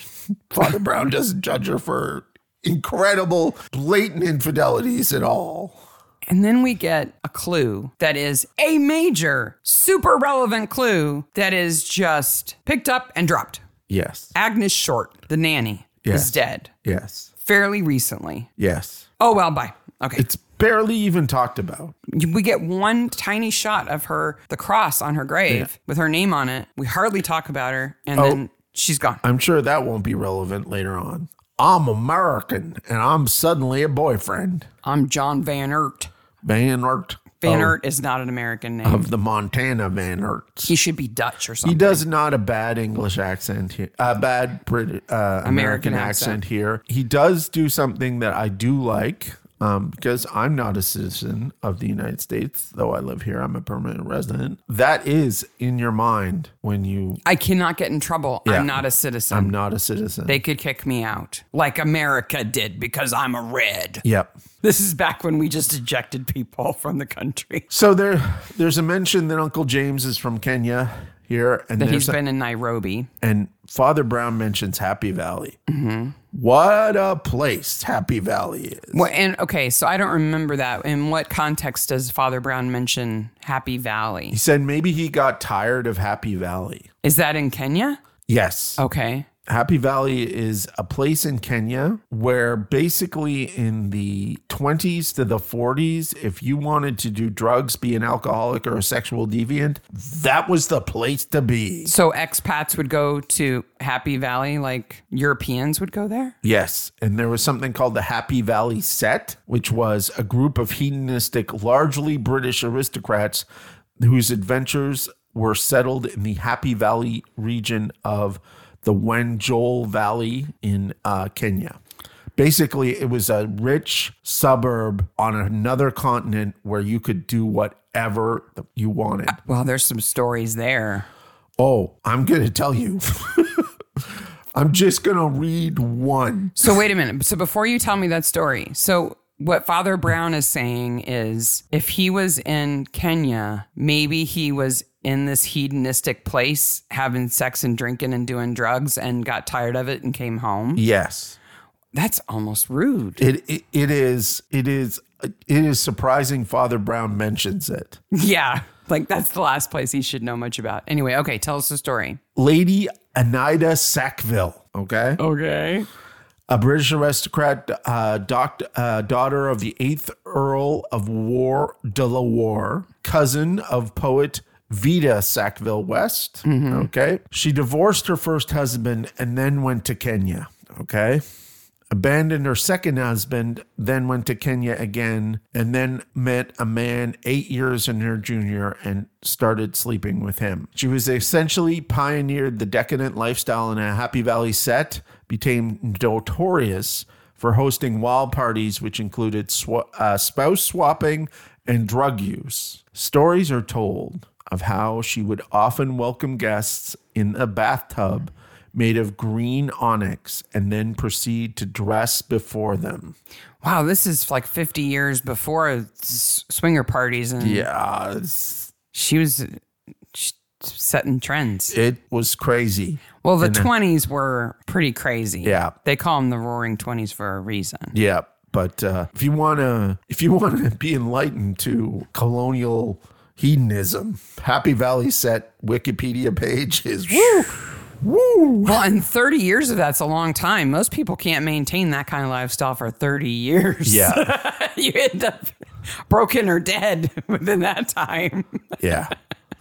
Speaker 2: Father Brown doesn't judge her for incredible, blatant infidelities at all.
Speaker 1: And then we get a clue that is a major, super relevant clue that is just picked up and dropped.
Speaker 2: Yes.
Speaker 1: Agnes Short, the nanny,
Speaker 2: Yes.
Speaker 1: is dead
Speaker 2: Yes.
Speaker 1: fairly recently.
Speaker 2: Yes.
Speaker 1: Oh, well, bye. Okay.
Speaker 2: It's barely even talked about.
Speaker 1: we get one tiny shot of her, the cross on her grave with her name on it. We hardly talk about her. And then she's gone.
Speaker 2: I'm sure that won't be relevant later on. I'm American and I'm suddenly a boyfriend.
Speaker 1: I'm John Van Ert.
Speaker 2: Van Ert.
Speaker 1: Van
Speaker 2: of-
Speaker 1: Ert is not an American name.
Speaker 2: Oh. Of the Montana Van Erts.
Speaker 1: he should be Dutch or
Speaker 2: He
Speaker 1: something.
Speaker 2: does not a bad English accent here, a bad Brit, uh, American,
Speaker 1: American
Speaker 2: accent.
Speaker 1: accent.
Speaker 2: here. He does do something that I do like um, because I'm not a citizen of the United States, though I live here. I'm a permanent resident. That is in your mind when you.
Speaker 1: I cannot get in trouble.
Speaker 2: Yeah.
Speaker 1: I'm not a citizen.
Speaker 2: I'm not a citizen.
Speaker 1: they could kick me out like America did because I'm a red.
Speaker 2: yep.
Speaker 1: This is back when we just ejected people *laughs* from the country.
Speaker 2: So there, there's a mention that Uncle James is from Kenya here, and
Speaker 1: That
Speaker 2: there's
Speaker 1: he's been in Nairobi.
Speaker 2: and Father Brown mentions Happy Valley.
Speaker 1: Mm-hmm.
Speaker 2: What a place Happy Valley is.
Speaker 1: Well, and okay, so I don't remember that. In what context does Father Brown mention Happy Valley?
Speaker 2: He said maybe he got tired of Happy Valley.
Speaker 1: Is that in Kenya?
Speaker 2: Yes.
Speaker 1: Okay.
Speaker 2: Happy Valley is a place in Kenya where basically in the 20s to the 40s, if you wanted to do drugs, be an alcoholic or a sexual deviant, that was the place to be.
Speaker 1: So expats would go to Happy Valley, like Europeans would go there?
Speaker 2: Yes. And there was something called the Happy Valley Set, which was a group of hedonistic, largely British aristocrats whose adventures were settled in the Happy Valley region of the Wenjol Valley in uh, Kenya. Basically, it was a rich suburb on another continent where you could do whatever you wanted.
Speaker 1: Well, there's some stories there.
Speaker 2: Oh, I'm going to tell you. *laughs* I'm just going to read one.
Speaker 1: So, wait a minute. So, before you tell me that story, so what Father Brown is saying is if he was in Kenya, maybe he was in this hedonistic place having sex and drinking and doing drugs and got tired of it and came home.
Speaker 2: Yes.
Speaker 1: That's almost rude. *laughs*
Speaker 2: It, it it is it is it is surprising Father Brown mentions it.
Speaker 1: yeah. Like that's the last place he should know much about. Anyway, okay, tell us the story.
Speaker 2: Lady Anida Sackville, okay?
Speaker 1: Okay.
Speaker 2: a British aristocrat, uh, doc, uh, daughter of the eighth Earl of War de la Warr, cousin of poet Vita Sackville West. Okay. She divorced her first husband and then went to Kenya. Okay. Abandoned her second husband, then went to Kenya again, and then met a man eight years in her junior and started sleeping with him. She was essentially pioneered the decadent lifestyle in a Happy Valley set, became notorious for hosting wild parties, which included sw- uh, spouse swapping and drug use. Stories are told of how she would often welcome guests in a bathtub made of green onyx and then proceed to dress before them.
Speaker 1: Wow, this is like 50 years before s- swinger parties and
Speaker 2: Yeah, it's-
Speaker 1: she was uh, sh- setting trends.
Speaker 2: it was crazy.
Speaker 1: Well, the twenties were pretty crazy.
Speaker 2: Yeah.
Speaker 1: they call them the Roaring Twenties for a reason.
Speaker 2: Yeah, but uh, if you wanna if you *laughs* wanna be enlightened to colonial hedonism, Happy Valley set Wikipedia page is woo, woo.
Speaker 1: Well, and thirty years of that's a long time. Most people can't maintain that kind of lifestyle for thirty years.
Speaker 2: Yeah,
Speaker 1: *laughs* you end up broken or dead *laughs* within that time.
Speaker 2: *laughs* yeah,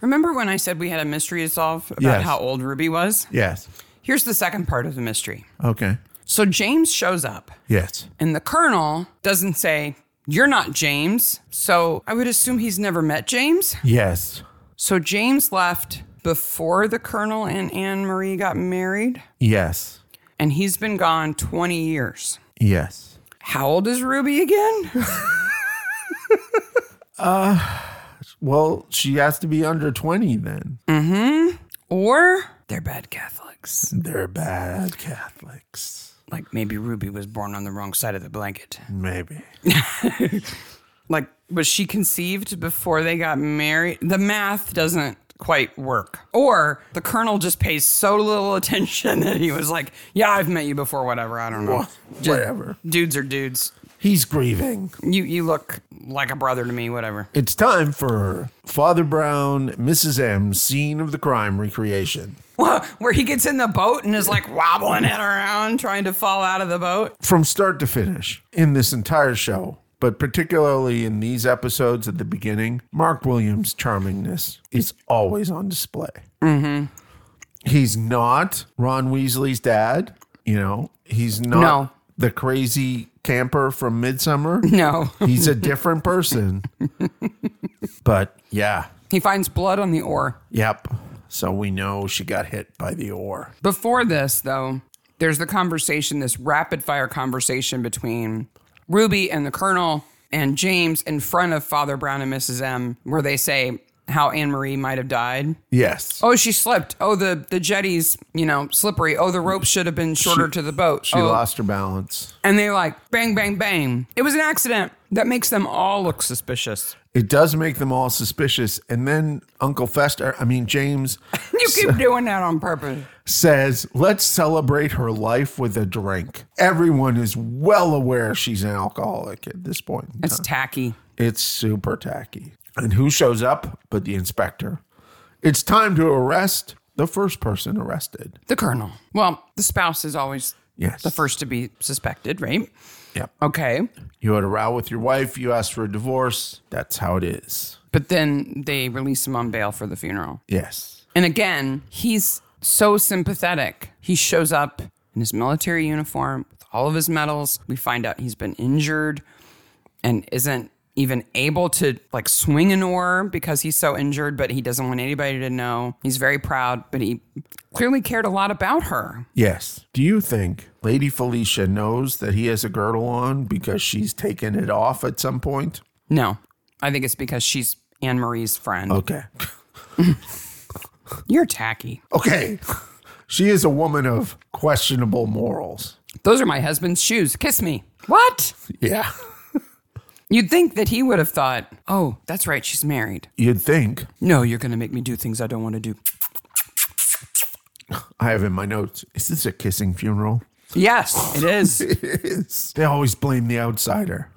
Speaker 1: Remember when I said we had a mystery to solve about
Speaker 2: Yes.
Speaker 1: how old Ruby was?
Speaker 2: yes.
Speaker 1: Here's the second part of the mystery.
Speaker 2: Okay.
Speaker 1: So James shows up,
Speaker 2: Yes.
Speaker 1: and the colonel doesn't say. You're not James. So I would assume he's never met James.
Speaker 2: Yes.
Speaker 1: So James left before the colonel and Anne Marie got married,
Speaker 2: Yes.
Speaker 1: and he's been gone 20 years.
Speaker 2: Yes.
Speaker 1: How old is Ruby again? *laughs*
Speaker 2: Well, she has to be under twenty then.
Speaker 1: or they're bad Catholics.
Speaker 2: They're bad Catholics.
Speaker 1: Like maybe Ruby was born on the wrong side of the blanket.
Speaker 2: Maybe.
Speaker 1: Like, was she conceived before they got married? The math doesn't quite work. Or the colonel just pays so little attention *laughs* that he was like, Yeah, I've met you before, whatever. I don't know. Just-
Speaker 2: Whatever.
Speaker 1: Dudes are dudes.
Speaker 2: He's grieving.
Speaker 1: You you look like a brother to me, whatever.
Speaker 2: It's time for Father Brown, Mrs. M, scene of the crime recreation.
Speaker 1: Wha- *laughs* where he gets in the boat and is like wobbling it around trying to fall out of the boat. *laughs*
Speaker 2: From start to finish in this entire show, but particularly in these episodes at the beginning, Mark Williams' charmingness is always on display. He's not Ron Weasley's dad, you know, he's not
Speaker 1: No.
Speaker 2: the crazy camper from Midsummer.
Speaker 1: No.
Speaker 2: He's a different person. but yeah,
Speaker 1: He finds blood on the oar.
Speaker 2: Yep. So we know she got hit by the oar.
Speaker 1: Before this, though, there's the conversation, this rapid fire conversation between Ruby and the Colonel and James in front of Father Brown and Mrs. M, where they say how Anne Marie might have died.
Speaker 2: Yes.
Speaker 1: Oh, she slipped. Oh, the, the jetty's, you know, slippery. Oh, the rope should have been shorter to the boat.
Speaker 2: She
Speaker 1: oh,
Speaker 2: lost her balance.
Speaker 1: And they're like, bang, bang, bang. It was an accident. That makes them all look suspicious.
Speaker 2: It does make them all suspicious. And then Uncle Fester, I mean, James *laughs*
Speaker 1: You keep doing that on purpose.
Speaker 2: says, let's celebrate her life with a drink. Everyone is well aware she's an alcoholic at this point. in
Speaker 1: It's
Speaker 2: time.
Speaker 1: tacky.
Speaker 2: It's super tacky. And who shows up but the inspector? It's time to arrest the first person arrested.
Speaker 1: The colonel. Well, the spouse is always
Speaker 2: Yes.
Speaker 1: the first to be suspected, right?
Speaker 2: Yep.
Speaker 1: Okay.
Speaker 2: You had a row with your wife, you asked for a divorce. That's how it is.
Speaker 1: But then they release him on bail for the funeral.
Speaker 2: Yes.
Speaker 1: And again, he's so sympathetic. He shows up in his military uniform with all of his medals. We find out he's been injured and isn't even able to like swing an oar because he's so injured, but he doesn't want anybody to know. He's very proud, but he clearly cared a lot about her.
Speaker 2: Yes. Do you think Lady Felicia knows that he has a girdle on because she's taken it off at some point?
Speaker 1: No, I think it's because she's Anne Marie's friend.
Speaker 2: Okay.
Speaker 1: You're tacky.
Speaker 2: *laughs* Okay. She is a woman of questionable morals.
Speaker 1: Those are my husband's shoes. Kiss me. What?
Speaker 2: Yeah.
Speaker 1: You'd think that he would have thought, oh, that's right, she's married.
Speaker 2: You'd think
Speaker 1: No, you're going to make me do things I don't want to do.
Speaker 2: I have in my notes, is this a kissing funeral?
Speaker 1: Yes, it is.
Speaker 2: *laughs* It is. They always blame the outsider.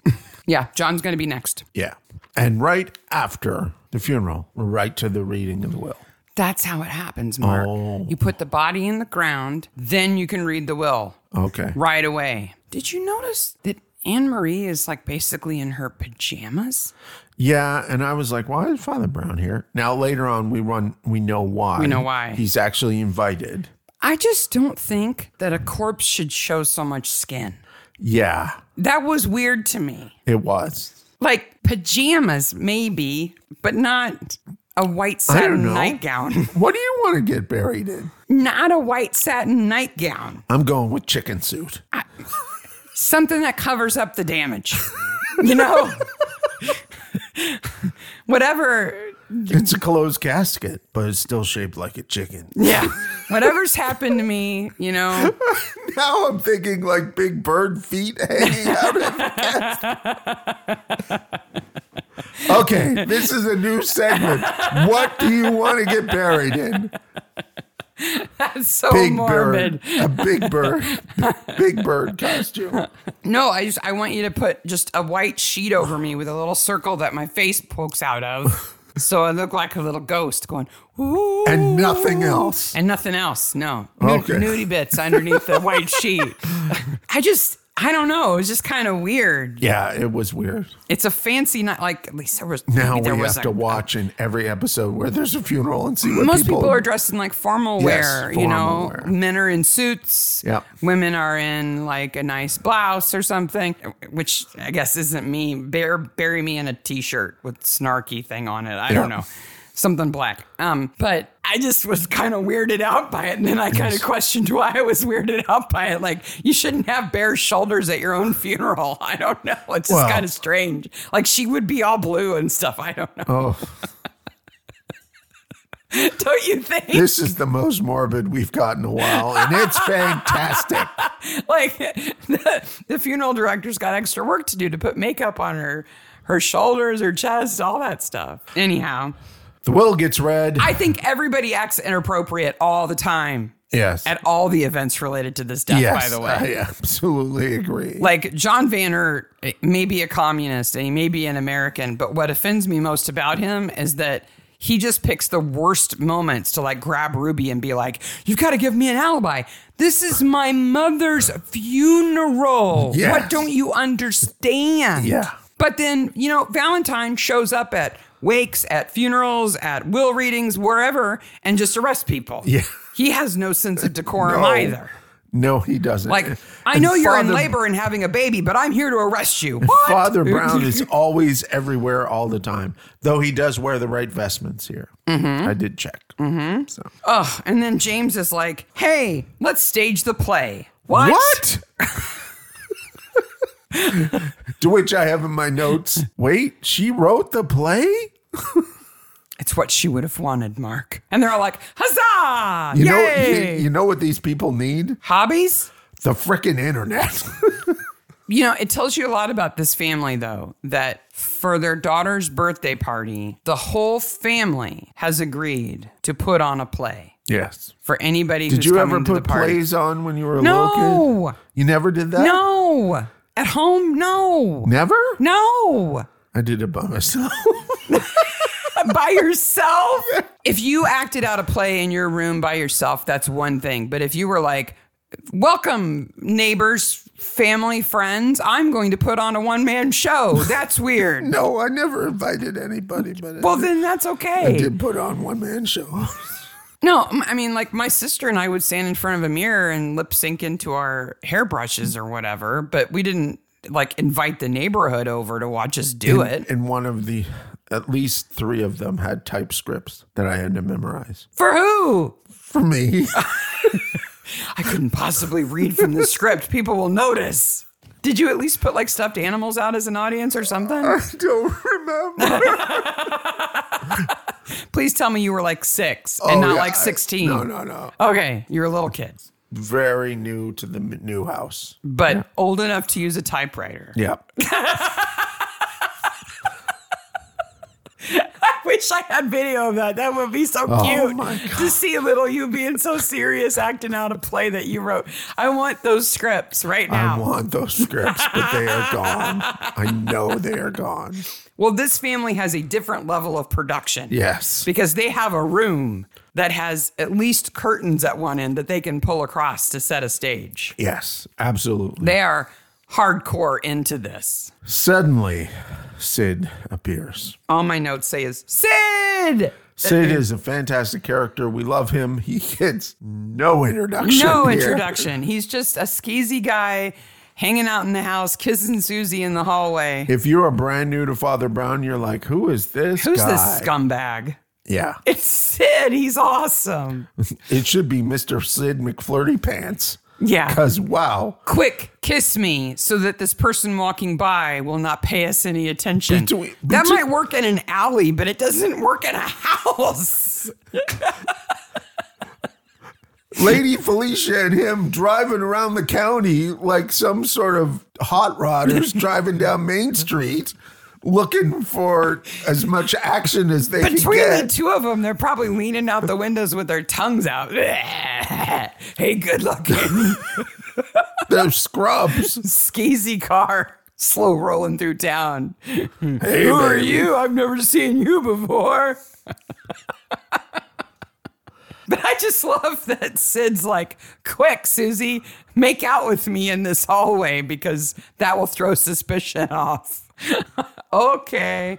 Speaker 1: yeah, John's going to be next.
Speaker 2: yeah. And right after the funeral, we're right to the reading of the will.
Speaker 1: That's how it happens, Mark. You put the body in the ground, then you can read the will
Speaker 2: Okay.
Speaker 1: right away. Did you notice that Anne Marie is like basically in her pajamas?
Speaker 2: Yeah, and I was like, why is Father Brown here? Now later on we run we know why. We
Speaker 1: know why.
Speaker 2: He's actually invited.
Speaker 1: I just don't think that a corpse should show so much skin.
Speaker 2: Yeah,
Speaker 1: That was weird to me.
Speaker 2: it was.
Speaker 1: Like pajamas, maybe, but not a white satin
Speaker 2: know.
Speaker 1: nightgown. *laughs*
Speaker 2: What do you want to get buried in?
Speaker 1: not a white satin nightgown.
Speaker 2: I'm going with chicken suit.
Speaker 1: something that covers up the damage. You know? *laughs* Whatever
Speaker 2: It's a closed casket, but it's still shaped like a chicken. *laughs*
Speaker 1: yeah. Whatever's happened to me, you know.
Speaker 2: Now I'm thinking like big bird feet hanging out of the casket. *laughs* Okay, this is a new segment. What do you want to get buried in?
Speaker 1: That's so
Speaker 2: Big
Speaker 1: morbid.
Speaker 2: bird. A big bird. Big bird costume.
Speaker 1: No, I just I want you to put just a white sheet over me with a little circle that my face pokes out of.
Speaker 2: *laughs*
Speaker 1: So I look like a little ghost going, ooh.
Speaker 2: And nothing else.
Speaker 1: And nothing else. No. Nud-
Speaker 2: Okay.
Speaker 1: Nudie bits underneath the
Speaker 2: *laughs*
Speaker 1: white sheet. I just, I don't know. It was just kind of weird.
Speaker 2: Yeah, it was weird.
Speaker 1: It's a fancy night. Like at least there was.
Speaker 2: Now
Speaker 1: maybe there
Speaker 2: we
Speaker 1: was
Speaker 2: have
Speaker 1: a-
Speaker 2: to watch in every episode where there's a funeral and see what
Speaker 1: Most
Speaker 2: people,
Speaker 1: people, are dressed in like formal
Speaker 2: Yes,
Speaker 1: wear. you know,
Speaker 2: formal wear.
Speaker 1: men are in suits.
Speaker 2: Yep.
Speaker 1: Women are in like a nice blouse or something, which I guess isn't me. Bear, bury me in a t-shirt with snarky thing on it. I don't
Speaker 2: Yeah.
Speaker 1: know. Something black. Um, but I just was kind of weirded out by it. And then I kind of questioned why I was weirded out by it. Like, you shouldn't have bare shoulders at your own funeral. *laughs* I don't know. It's just
Speaker 2: Well-
Speaker 1: kind of strange. Like, she would be all blue and stuff. I don't know.
Speaker 2: Oh,
Speaker 1: *laughs* Don't you think?
Speaker 2: this is the most morbid we've gotten in a while, and it's fantastic.
Speaker 1: *laughs* Like the, the funeral director's got extra work to do to put makeup on her her shoulders, her chest, all that stuff. Anyhow,
Speaker 2: The will gets read.
Speaker 1: I think everybody acts inappropriate all the time
Speaker 2: yes.
Speaker 1: at all the events related to this death,
Speaker 2: yes.
Speaker 1: by the way.
Speaker 2: I absolutely agree.
Speaker 1: like John Vanner eh, may be a communist and he may be an American, but what offends me most about him is that he just picks the worst moments to like grab Ruby and be like, "You've got to give me an alibi. This is my mother's funeral.
Speaker 2: Yes.
Speaker 1: What don't you understand?"
Speaker 2: Yeah.
Speaker 1: But then you know Valentine shows up at wakes, at funerals, at will readings, wherever, and just arrests people.
Speaker 2: Yeah.
Speaker 1: He has no sense of decorum
Speaker 2: No.
Speaker 1: either.
Speaker 2: no, he doesn't.
Speaker 1: Like, I
Speaker 2: And
Speaker 1: know you're in
Speaker 2: Father-
Speaker 1: labor and having a baby, but I'm here to arrest you. What? *laughs*
Speaker 2: Father Brown is always everywhere all the time, though he does wear the right vestments here. I did check. Mm-hmm. So.
Speaker 1: Ugh. And then James is like, hey, let's stage the play. What?
Speaker 2: What? *laughs* to which I have in my notes. Wait, she wrote the play?
Speaker 1: It's what she would have wanted, Mark. And they're all like, huzzah!
Speaker 2: You know,
Speaker 1: Yay!
Speaker 2: you, you know what these people need?
Speaker 1: Hobbies?
Speaker 2: The
Speaker 1: *laughs*
Speaker 2: frickin' internet.
Speaker 1: You know, it tells you a lot about this family, though, that for their daughter's birthday party, the whole family has agreed to put on a play
Speaker 2: yes.
Speaker 1: for anybody
Speaker 2: Did
Speaker 1: who's
Speaker 2: you
Speaker 1: coming
Speaker 2: ever
Speaker 1: to the
Speaker 2: put
Speaker 1: party.
Speaker 2: plays on when you were a little kid?
Speaker 1: no,
Speaker 2: You never did that?
Speaker 1: no. At home, no.
Speaker 2: Never?
Speaker 1: No.
Speaker 2: I did it by myself.
Speaker 1: by yourself. *laughs* If you acted out a play in your room by yourself, that's one thing. But if you were like, welcome, neighbors, family, friends, I'm going to put on a one man show, that's
Speaker 2: *laughs*
Speaker 1: weird.
Speaker 2: *laughs* No, I never invited anybody, but
Speaker 1: well,
Speaker 2: I,
Speaker 1: then that's okay.
Speaker 2: did, did put on one
Speaker 1: *laughs*
Speaker 2: man show.
Speaker 1: No, m- I mean, like my sister and I would stand in front of a mirror and lip sync into our hairbrushes or whatever, but we didn't like invite the neighborhood over to watch us do it
Speaker 2: and one of the, at least three of them had type scripts that I had to memorize.
Speaker 1: for who
Speaker 2: For me, *laughs*
Speaker 1: I couldn't possibly read from the script. People will notice. Did you at least put like stuffed animals out as an audience or something?
Speaker 2: I don't remember.
Speaker 1: Please tell me you were like six and not
Speaker 2: Oh, yeah,
Speaker 1: like
Speaker 2: I-
Speaker 1: 16.
Speaker 2: No, no, no.
Speaker 1: Okay, you're a little kid,
Speaker 2: Very new to the m- new house.
Speaker 1: but old enough to use a typewriter.
Speaker 2: Yeah.
Speaker 1: I wish I had video of that. That would be so
Speaker 2: Oh,
Speaker 1: cute to see little you being so serious acting out a play that you wrote. I want those scripts right now.
Speaker 2: I want those scripts, but they are gone. I know they are gone.
Speaker 1: well, this family has a different level of production.
Speaker 2: Yes.
Speaker 1: because they have a room that has at least curtains at one end that they can pull across to set a stage.
Speaker 2: Yes, absolutely.
Speaker 1: They are hardcore into this.
Speaker 2: Suddenly, Sid appears.
Speaker 1: All my notes say is Sid.
Speaker 2: Sid is a fantastic character. We love him. He *laughs* gets no introduction.
Speaker 1: No
Speaker 2: here.
Speaker 1: introduction. He's just a skeezy guy hanging out in the house, kissing Susie in the hallway.
Speaker 2: If you're a brand new to Father Brown, you're like, who is this?
Speaker 1: Who's
Speaker 2: guy?
Speaker 1: this scumbag?
Speaker 2: Yeah.
Speaker 1: It's Sid. He's awesome.
Speaker 2: It should be Mr. Sid McFlirty Pants.
Speaker 1: Yeah.
Speaker 2: Because, wow,
Speaker 1: Quick, kiss me so that this person walking by will not pay us any attention.
Speaker 2: Between-
Speaker 1: that
Speaker 2: between-
Speaker 1: might work in an alley, but it doesn't work in a house.
Speaker 2: Lady Felicia and him driving around the county like some sort of hot
Speaker 1: *laughs*
Speaker 2: rodders driving down Main Street looking for as much action as they can
Speaker 1: Between the
Speaker 2: get.
Speaker 1: two of them, they're probably leaning out the windows with their tongues out. *laughs* hey, good looking *laughs*
Speaker 2: They're scrubs.
Speaker 1: skeezy car, slow rolling through town.
Speaker 2: Hey,
Speaker 1: *laughs* Who are
Speaker 2: baby.
Speaker 1: you? I've never seen you
Speaker 2: *laughs*
Speaker 1: before. but I just love that Sid's like, quick, Susie, make out with me in this hallway because that will throw suspicion *laughs* off. okay.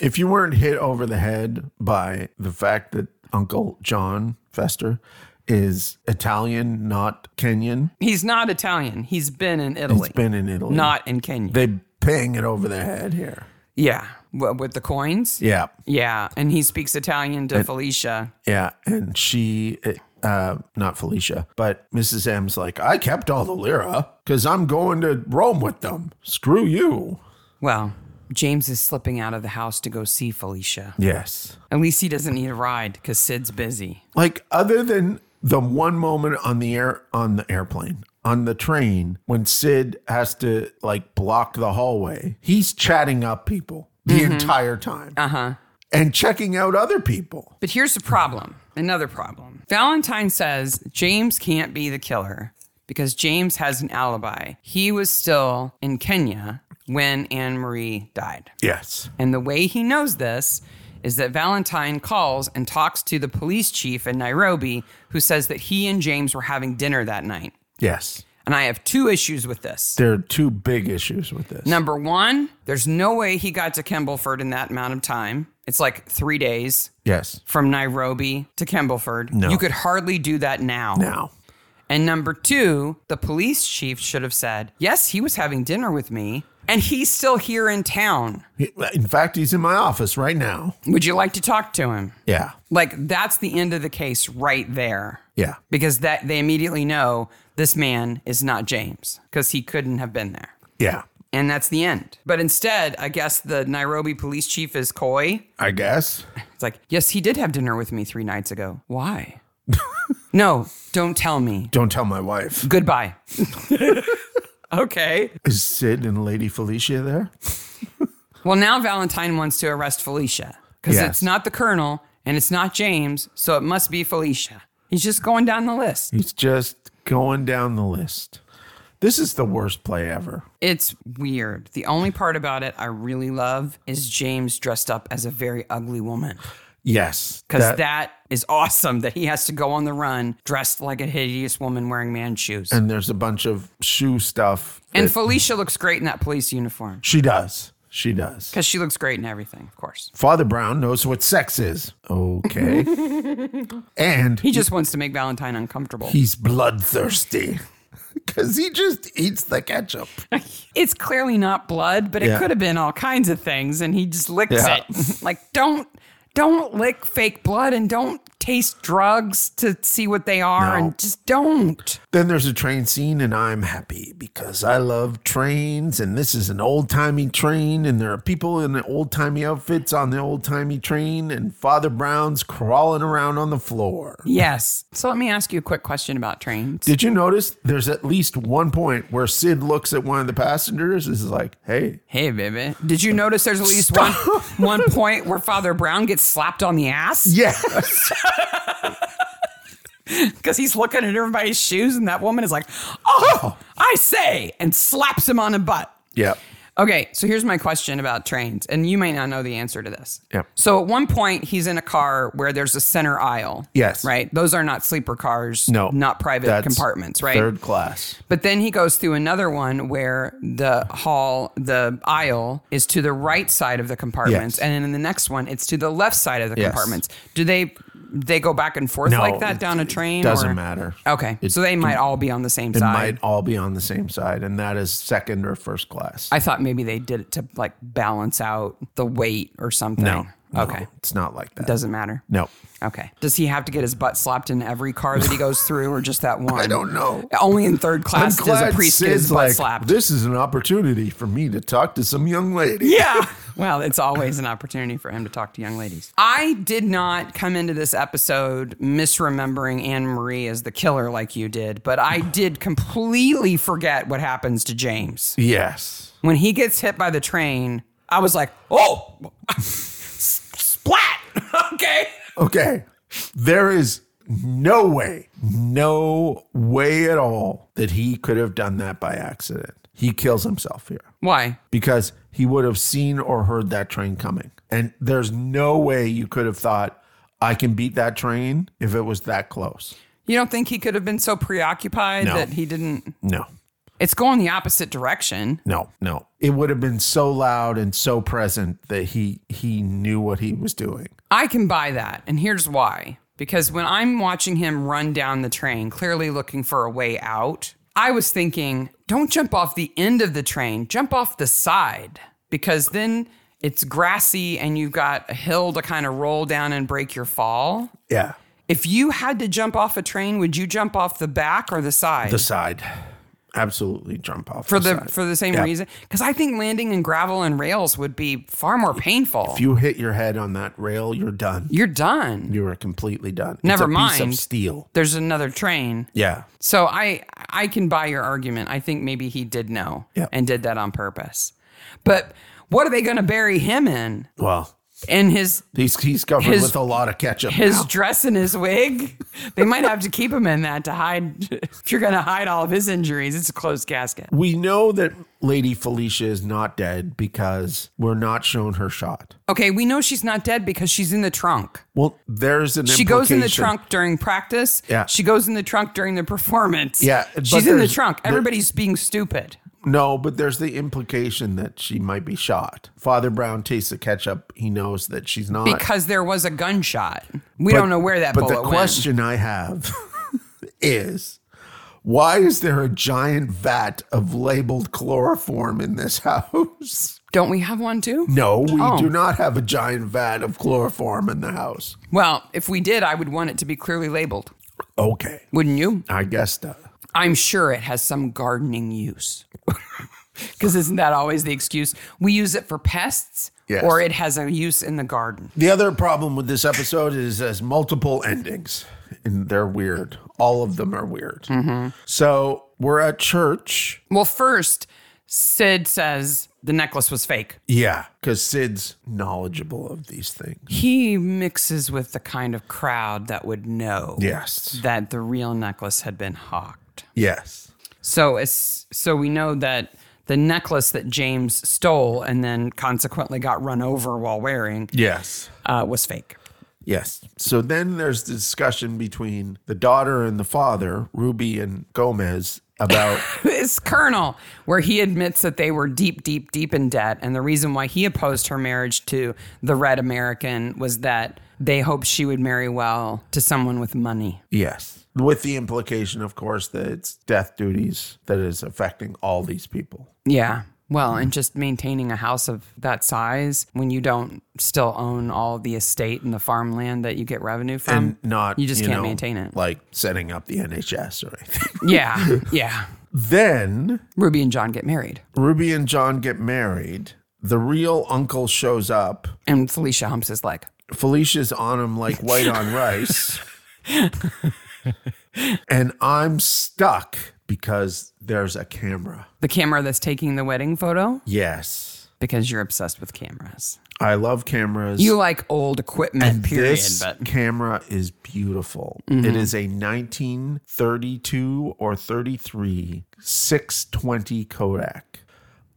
Speaker 2: If you weren't hit over the head by the fact that Uncle John Fester is Italian, not Kenyan,
Speaker 1: He's not Italian. He's been in Italy,
Speaker 2: it's been in Italy.
Speaker 1: not in Kenya.
Speaker 2: they paying it over the head here.
Speaker 1: yeah. What, with the coins?
Speaker 2: Yeah.
Speaker 1: Yeah. And he speaks Italian to Felicia.
Speaker 2: Yeah, and she, uh, not Felicia, but Mrs. M's like, I kept all the lira because I'm going to Rome with them. Screw you.
Speaker 1: Well, James is slipping out of the house to go see Felicia.
Speaker 2: Yes.
Speaker 1: At least he doesn't need a ride because Sid's busy.
Speaker 2: Like other than the one moment on the air on the airplane on the train when Sid has to like block the hallway, he's chatting up people the entire time. Uh huh. And checking out other people.
Speaker 1: But here's the problem another problem. Valentine says James can't be the killer because James has an alibi. He was still in Kenya when Anne Marie died.
Speaker 2: Yes.
Speaker 1: And the way he knows this is that Valentine calls and talks to the police chief in Nairobi, who says that he and James were having dinner that night.
Speaker 2: Yes.
Speaker 1: And I have two issues with this.
Speaker 2: There are two big issues with this.
Speaker 1: Number one, there's no way he got to Kembleford in that amount of time. It's like three days
Speaker 2: Yes.
Speaker 1: from Nairobi to Kembleford.
Speaker 2: No.
Speaker 1: You could hardly do that now.
Speaker 2: Now.
Speaker 1: And number two, the police chief should have said, Yes, he was having dinner with me, and he's still here in town.
Speaker 2: In fact, he's in my office right now.
Speaker 1: Would you like to talk to him?
Speaker 2: Yeah.
Speaker 1: Like, that's the end of the case right there.
Speaker 2: Yeah.
Speaker 1: Because that they immediately know this man is not James, because he couldn't have been there.
Speaker 2: Yeah.
Speaker 1: And that's the end. But instead, I guess the Nairobi police chief is coy
Speaker 2: I guess.
Speaker 1: It's like, yes, he did have dinner with me three nights ago. Why? *laughs* no, don't tell me.
Speaker 2: Don't tell my wife.
Speaker 1: Goodbye. okay.
Speaker 2: Is Sid and Lady Felicia there?
Speaker 1: Well, now Valentine wants to arrest Felicia because
Speaker 2: Yes.
Speaker 1: it's not the Colonel and it's not James, so it must be Felicia. He's just going down the list.
Speaker 2: He's just going down the list. This is the worst play ever.
Speaker 1: It's weird. The only part about it I really love is James dressed up as a very ugly woman.
Speaker 2: Yes.
Speaker 1: Because that is awesome that he has to go on the run dressed like a hideous woman wearing man shoes.
Speaker 2: and there's a bunch of shoe stuff.
Speaker 1: and
Speaker 2: that-
Speaker 1: Felicia looks great in that police uniform
Speaker 2: she does. She does.
Speaker 1: because she looks great in everything, of course.
Speaker 2: Father Brown knows what sex is. Okay. and
Speaker 1: He just wants to make Valentine uncomfortable.
Speaker 2: he's bloodthirsty *laughs* because he just eats the ketchup.
Speaker 1: It's clearly not blood, but it
Speaker 2: Yeah.
Speaker 1: could have been all kinds of things, and he just licks
Speaker 2: Yeah.
Speaker 1: it. *laughs* like don't don't lick fake blood, and don't taste drugs to see what they are,
Speaker 2: No.
Speaker 1: and just don't.
Speaker 2: Then there's a train scene, and I'm happy because I love trains, and this is an old timey train, and there are people in the old timey outfits on the old timey train, and Father Brown's crawling around on the floor.
Speaker 1: Yes. So let me ask you a quick question about trains.
Speaker 2: Did you notice there's at least one point where Sid looks at one of the passengers and is like, hey,
Speaker 1: Hey, baby. Did you notice there's at least one one point where Father Brown gets slapped on the ass
Speaker 2: *laughs* yes.
Speaker 1: because he's looking at everybody's shoes, and that woman is like, "Oh, I say," and slaps him on the butt.
Speaker 2: yep.
Speaker 1: Okay, so here's my question about trains, and you may not know the answer to this.
Speaker 2: Yep.
Speaker 1: So at one point, he's in a car where there's a center aisle.
Speaker 2: Yes.
Speaker 1: Right? Those are not sleeper cars.
Speaker 2: No.
Speaker 1: Not private
Speaker 2: That's
Speaker 1: compartments, right?
Speaker 2: Third class.
Speaker 1: But then he goes through another one where the hall, the aisle is to the right side of the compartments,
Speaker 2: Yes.
Speaker 1: and then in the next one, it's to the left side of the
Speaker 2: Yes.
Speaker 1: compartments. Do they they go back and forth
Speaker 2: No,
Speaker 1: like that
Speaker 2: it-
Speaker 1: down a train?
Speaker 2: It doesn't
Speaker 1: or-
Speaker 2: matter.
Speaker 1: Okay,
Speaker 2: It-
Speaker 1: so they might all be on the same
Speaker 2: It
Speaker 1: side.
Speaker 2: might all be on the same side, and that is second or first class.
Speaker 1: I thought maybe they did it to like balance out the weight or something.
Speaker 2: no. no,
Speaker 1: Okay.
Speaker 2: It's not like that.
Speaker 1: Doesn't matter.
Speaker 2: no.
Speaker 1: Okay. Does he have to get his butt slapped in every car that he goes through or just that one?
Speaker 2: *laughs* I don't know.
Speaker 1: Only in third class does a priest get his
Speaker 2: Sid's
Speaker 1: butt
Speaker 2: like,
Speaker 1: slapped.
Speaker 2: this is an opportunity for me to talk to some young lady.
Speaker 1: yeah. Well, it's always an opportunity for him to talk to young ladies. I did not come into this episode misremembering Anne Marie as the killer like you did, but I did completely forget what happens to James.
Speaker 2: Yes.
Speaker 1: When he gets hit by the train, I was like, oh, splat. *laughs* okay.
Speaker 2: Okay. There is no way, no way at all that he could have done that by accident. He kills himself here
Speaker 1: Why?
Speaker 2: because he would have seen or heard that train coming. And there's no way you could have thought, I can beat that train if it was that close.
Speaker 1: You don't think he could have been so preoccupied
Speaker 2: No.
Speaker 1: that he didn't?
Speaker 2: No,
Speaker 1: It's going the opposite direction.
Speaker 2: no, no. It would have been so loud and so present that he he knew what he was doing.
Speaker 1: I can buy that. And here's why. Because when I'm watching him run down the train, clearly looking for a way out, I was thinking, don't jump off the end of the train, jump off the side, because then it's grassy and you've got a hill to kind of roll down and break your fall.
Speaker 2: Yeah.
Speaker 1: If you had to jump off a train, would you jump off the back or the side?
Speaker 2: The side. Absolutely jump off.
Speaker 1: for the
Speaker 2: side.
Speaker 1: for the same
Speaker 2: Yeah.
Speaker 1: reason because i think landing in gravel and rails would be far more painful
Speaker 2: If you hit your head on that rail, you're done.
Speaker 1: you, are done
Speaker 2: You are completely done.
Speaker 1: Never
Speaker 2: it's a Piece
Speaker 1: mind.
Speaker 2: of steel.
Speaker 1: there's another train
Speaker 2: Yeah.
Speaker 1: so i i can buy your argument i think maybe he did know
Speaker 2: Yeah.
Speaker 1: and did that on purpose but what are they going to bury him in
Speaker 2: Well,
Speaker 1: in his
Speaker 2: he's he's covered
Speaker 1: His-
Speaker 2: with a lot of ketchup.
Speaker 1: his
Speaker 2: now.
Speaker 1: dress and his wig they might have to keep him in that to hide if you're going to hide all of his injuries it's a closed casket
Speaker 2: we know that Lady Felicia is not dead because we're not shown her shot.
Speaker 1: okay we know she's not dead because she's in the trunk
Speaker 2: Well, there's an
Speaker 1: She goes in the
Speaker 2: implication.
Speaker 1: trunk during practice.
Speaker 2: Yeah.
Speaker 1: She goes in the trunk during the performance.
Speaker 2: Yeah, but
Speaker 1: She's in the
Speaker 2: there's-
Speaker 1: trunk.
Speaker 2: there-
Speaker 1: Everybody's being stupid.
Speaker 2: No, but there's the implication that she might be shot. Father Brown tastes the ketchup. He knows that she's not.
Speaker 1: Because there was a gunshot. We
Speaker 2: But-
Speaker 1: don't know where that
Speaker 2: But
Speaker 1: bullet
Speaker 2: the question I have *laughs* is, why is there a giant vat of labeled chloroform in this house?
Speaker 1: went. Don't we have one too?
Speaker 2: No, we
Speaker 1: Oh.
Speaker 2: do not have a giant vat of chloroform in the house.
Speaker 1: Well, if we did, I would want it to be clearly labeled.
Speaker 2: Okay,
Speaker 1: Wouldn't you?
Speaker 2: I guess that.
Speaker 1: I'm sure it has some gardening use. *laughs* Because isn't that always the excuse? We use it for pests
Speaker 2: Yes.
Speaker 1: or it has a use in the garden.
Speaker 2: The other problem with this episode is there's multiple endings, and they're weird. All of them are weird. So we're at church.
Speaker 1: Well, first, Sid says the necklace was fake.
Speaker 2: Yeah, because Sid's knowledgeable of these things.
Speaker 1: he mixes with the kind of crowd that would know
Speaker 2: Yes.
Speaker 1: that the real necklace had been hawked.
Speaker 2: Yes.
Speaker 1: So it's so we know that the necklace that James stole and then consequently got run over while wearing
Speaker 2: Yes.
Speaker 1: uh, was fake.
Speaker 2: Yes. So then there's the discussion between the daughter and the father, Ruby and Gomez, *laughs* about
Speaker 1: It's Colonel, where he admits that they were deep, deep, deep in debt, and the reason why he opposed her marriage to the red American was that they hoped she would marry well to someone with money.
Speaker 2: yes, with the implication, of course, that it's death duties that is affecting all these people.
Speaker 1: Yeah. Well,
Speaker 2: Mm.
Speaker 1: and just maintaining a house of that size when you don't still own all the estate and the farmland that you get revenue
Speaker 2: And
Speaker 1: from.
Speaker 2: not
Speaker 1: Um, you just can't
Speaker 2: know,
Speaker 1: maintain it.
Speaker 2: like setting up the NHS or
Speaker 1: *laughs*
Speaker 2: anything. *laughs*
Speaker 1: yeah. Yeah.
Speaker 2: then
Speaker 1: Ruby and John get married.
Speaker 2: Ruby and John get married. The real uncle shows up.
Speaker 1: And Felicia Humps is like,
Speaker 2: Felicia's on him like
Speaker 1: *laughs*
Speaker 2: white on rice. and I'm stuck because there's a camera.
Speaker 1: the camera that's taking the wedding photo
Speaker 2: Yes.
Speaker 1: because you're obsessed with cameras.
Speaker 2: I love cameras.
Speaker 1: You like old equipment, period. Mm-hmm.
Speaker 2: this
Speaker 1: but
Speaker 2: camera is beautiful. It is a 1932 or 33 620 Kodak,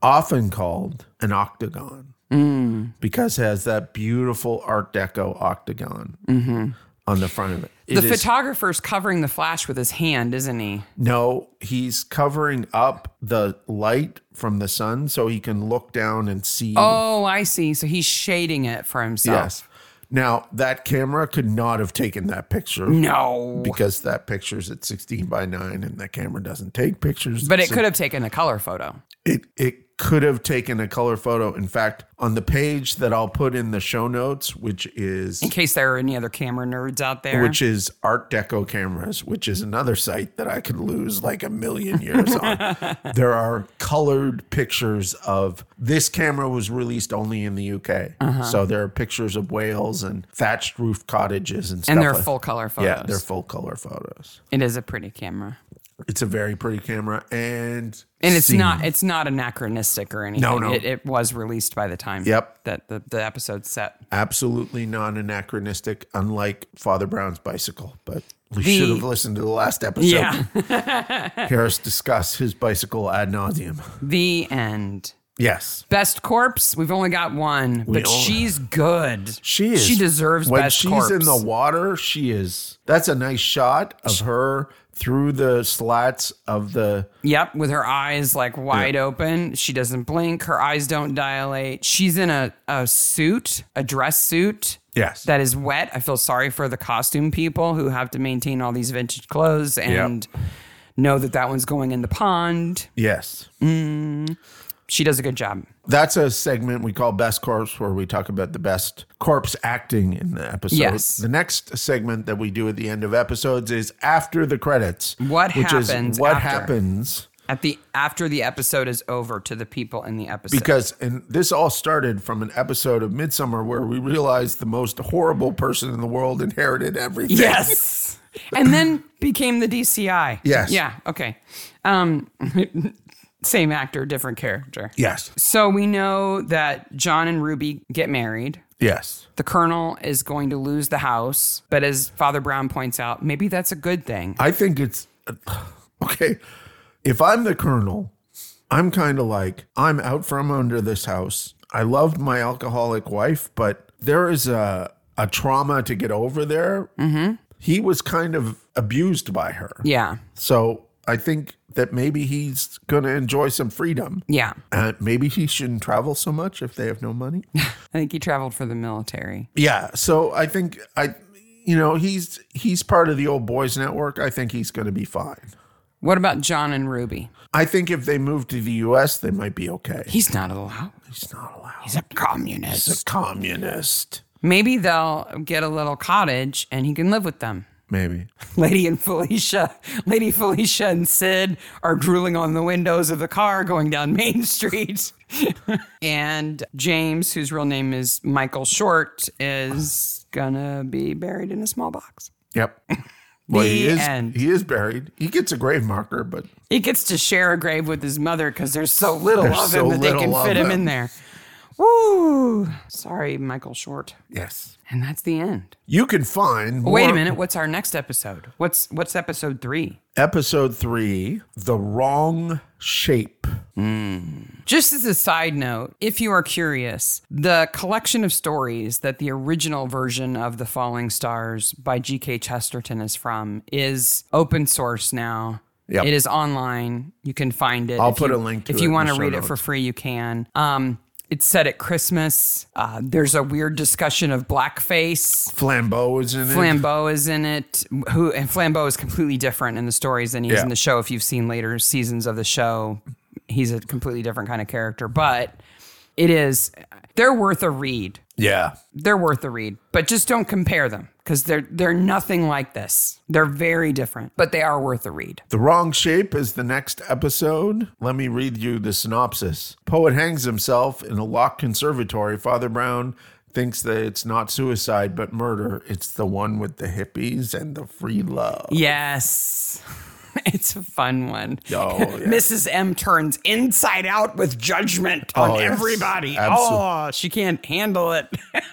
Speaker 2: often called an octagon
Speaker 1: Mm.
Speaker 2: because it has that beautiful Art Deco octagon on the front of it. It
Speaker 1: Mm-hmm. the
Speaker 2: is-
Speaker 1: photographer's covering the flash with his hand, isn't he?
Speaker 2: No, he's covering up the light from the sun so he can look down and see.
Speaker 1: Oh, I see. So he's shading it for himself.
Speaker 2: yes. Now, that camera could not have taken that picture
Speaker 1: No.
Speaker 2: because that picture's at 16 by 9 and the camera doesn't take pictures.
Speaker 1: But it
Speaker 2: So
Speaker 1: could have taken a color photo.
Speaker 2: it, it could have taken a color photo. In fact, on the page that I'll put in the show notes, which is
Speaker 1: In case there are any other camera nerds out there.
Speaker 2: which is Art Deco Cameras, which is another site that I could lose like a million years on.
Speaker 1: *laughs*
Speaker 2: There are colored pictures of this camera was released only in the UK.
Speaker 1: Uh-huh.
Speaker 2: So there are pictures of whales and thatched roof cottages and stuff.
Speaker 1: and they're
Speaker 2: like-
Speaker 1: full color photos.
Speaker 2: Yeah, they're full color photos.
Speaker 1: It is a pretty camera.
Speaker 2: It's a very pretty camera and
Speaker 1: And it's
Speaker 2: scene.
Speaker 1: not it's not anachronistic or anything.
Speaker 2: No, no.
Speaker 1: It, it was released by the time
Speaker 2: Yep.
Speaker 1: that the, the episode set.
Speaker 2: absolutely non anachronistic, unlike Father Brown's bicycle. But we
Speaker 1: The-
Speaker 2: should have listened to the last episode. *laughs*
Speaker 1: Yeah. *laughs*
Speaker 2: Hear us discuss his bicycle ad nauseum.
Speaker 1: the end.
Speaker 2: Yes.
Speaker 1: Best corpse. We've only got one, but
Speaker 2: only-
Speaker 1: she's good.
Speaker 2: She is.
Speaker 1: She deserves
Speaker 2: when
Speaker 1: best
Speaker 2: she's
Speaker 1: corpse.
Speaker 2: in the water. She is. That's a nice shot of her through the slats of the.
Speaker 1: Yep, with her eyes like wide open. She doesn't blink. Her eyes don't dilate. She's in a, a suit, a dress suit
Speaker 2: Yes.
Speaker 1: that is wet. I feel sorry for the costume people who have to maintain all these vintage clothes and know that that one's going in the pond.
Speaker 2: yes.
Speaker 1: She does a good job.
Speaker 2: That's a segment we call Best Corpse, where we talk about the best corpse acting in the episode.
Speaker 1: Yes.
Speaker 2: The next segment that we do at the end of episodes is after the credits.
Speaker 1: What
Speaker 2: which
Speaker 1: happens
Speaker 2: Is what
Speaker 1: after?
Speaker 2: happens?
Speaker 1: At the after the episode is over to the people in the episode.
Speaker 2: Because and this all started from an episode of Midsummer where we realized the most horrible person in the world inherited
Speaker 1: *laughs*
Speaker 2: everything.
Speaker 1: yes. and then became the DCI.
Speaker 2: Yes.
Speaker 1: Yeah, okay. Um *laughs* same actor, different character.
Speaker 2: Yes.
Speaker 1: So we know that John and Ruby get married.
Speaker 2: Yes.
Speaker 1: The colonel is going to lose the house, but as Father Brown points out, maybe that's a good thing.
Speaker 2: I think it's okay. If I'm the colonel, I'm kind of like, I'm out from under this house. I loved my alcoholic wife, but there is a, a trauma to get over there. Mm-hmm. He was kind of abused by her.
Speaker 1: Yeah.
Speaker 2: So I think that maybe he's going to enjoy some freedom.
Speaker 1: Yeah.
Speaker 2: Uh, maybe he shouldn't travel so much if they have no money.
Speaker 1: I think he traveled for the military.
Speaker 2: Yeah. So I think I, you know, he's he's part of the old boys network. I think he's going to be fine.
Speaker 1: What about John and Ruby?
Speaker 2: I think if they move to the U.S., they might be okay.
Speaker 1: He's not allowed.
Speaker 2: He's not allowed.
Speaker 1: He's a communist.
Speaker 2: He's a communist.
Speaker 1: Maybe they'll get a little cottage and he can live with them. *laughs*
Speaker 2: Maybe.
Speaker 1: Lady and Felicia, Lady Felicia and Sid are drooling on the windows of the car going down Main *laughs* Street. and James, whose real name is Michael Short, is gonna be buried in a small box. *laughs*
Speaker 2: Yep. Well, he
Speaker 1: The
Speaker 2: is.
Speaker 1: end.
Speaker 2: He is buried. He gets a grave marker, but
Speaker 1: He gets to share a grave with his mother because there's so little
Speaker 2: There's
Speaker 1: of
Speaker 2: so
Speaker 1: him that they
Speaker 2: little
Speaker 1: can
Speaker 2: of
Speaker 1: fit him
Speaker 2: him.
Speaker 1: in there. Woo! Sorry, Michael Short.
Speaker 2: Yes.
Speaker 1: And that's the end.
Speaker 2: You can find. More
Speaker 1: Wait a minute. What's our next episode? What's what's episode three?
Speaker 2: Episode three The Wrong Shape.
Speaker 1: Just as a side note, if you are curious, the collection of stories that the original version of The Falling Stars by G.K. Chesterton is from is open source now.
Speaker 2: Yep.
Speaker 1: It is online. You can find it.
Speaker 2: I'll
Speaker 1: If
Speaker 2: put
Speaker 1: you-
Speaker 2: a link to
Speaker 1: If
Speaker 2: it
Speaker 1: you
Speaker 2: in
Speaker 1: want
Speaker 2: the
Speaker 1: to
Speaker 2: show
Speaker 1: read it for free, you can. Um, it's set at Christmas. Uh, there's a weird discussion of blackface.
Speaker 2: Flambeau is in it.
Speaker 1: Flambeau is in it. Who and Flambeau is completely different in the stories than he is
Speaker 2: Yeah.
Speaker 1: in the show. If you've seen later seasons of the show, he's a completely different kind of character. But it is they're worth a read.
Speaker 2: Yeah.
Speaker 1: They're worth a read. But just don't compare them because they're they're nothing like this. They're very different, but they are worth a read.
Speaker 2: The Wrong Shape is the next episode. Let me read you the synopsis. Poet hangs himself in a locked conservatory. Father Brown thinks that it's not suicide but murder. It's the one with the hippies and the free love.
Speaker 1: Yes. *laughs* It's a fun one. *laughs*
Speaker 2: Oh, yeah.
Speaker 1: Mrs. M turns inside out with judgment on
Speaker 2: Oh, yes.
Speaker 1: everybody.
Speaker 2: Absol-
Speaker 1: Oh, she can't handle it. *laughs*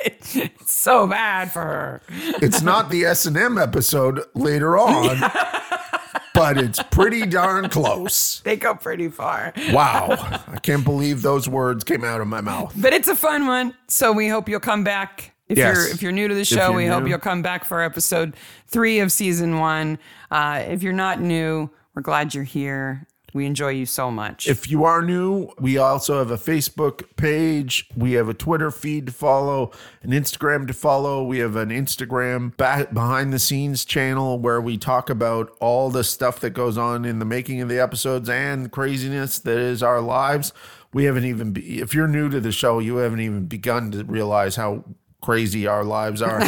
Speaker 1: it's so bad for her.
Speaker 2: It's not the S and M episode later on, but it's pretty darn close.
Speaker 1: They go pretty far.
Speaker 2: Wow, I can't believe those words came out of my mouth.
Speaker 1: But it's a fun one. So we hope you'll come back. If
Speaker 2: Yes.
Speaker 1: you're if you're new to the show,
Speaker 2: you're
Speaker 1: we hope
Speaker 2: new.
Speaker 1: you'll come back for episode three of season one. Uh, if you're not new, we're glad you're here. We enjoy you so much.
Speaker 2: If you are new, we also have a Facebook page. We have a Twitter feed to follow, an Instagram to follow. We have an Instagram ba- behind the scenes channel where we talk about all the stuff that goes on in the making of the episodes and craziness that is our lives. We haven't even, be- if you're new to the show, you haven't even begun to realize how crazy our lives are.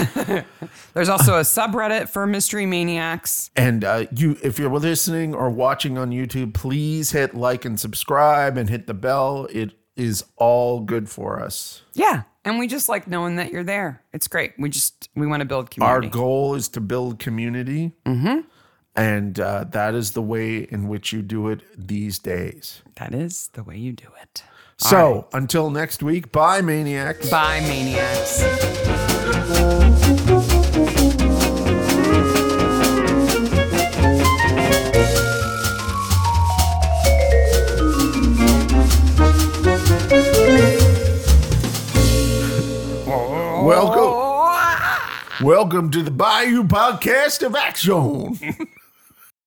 Speaker 1: There's also a subreddit for mystery maniacs.
Speaker 2: And uh, you, if you're listening or watching on YouTube, please hit like and subscribe and hit the bell. It is all good for us.
Speaker 1: Yeah. And we just like knowing that you're there. It's great. We just we want to build
Speaker 2: Our
Speaker 1: community.
Speaker 2: goal is to build community, and uh, that is the way in which you do it these days.
Speaker 1: that is the way you do it.
Speaker 2: so until next week, bye, maniacs.
Speaker 1: Bye, maniacs. Oh, ah.
Speaker 2: Welcome, welcome to the Bayou Podcast of Action.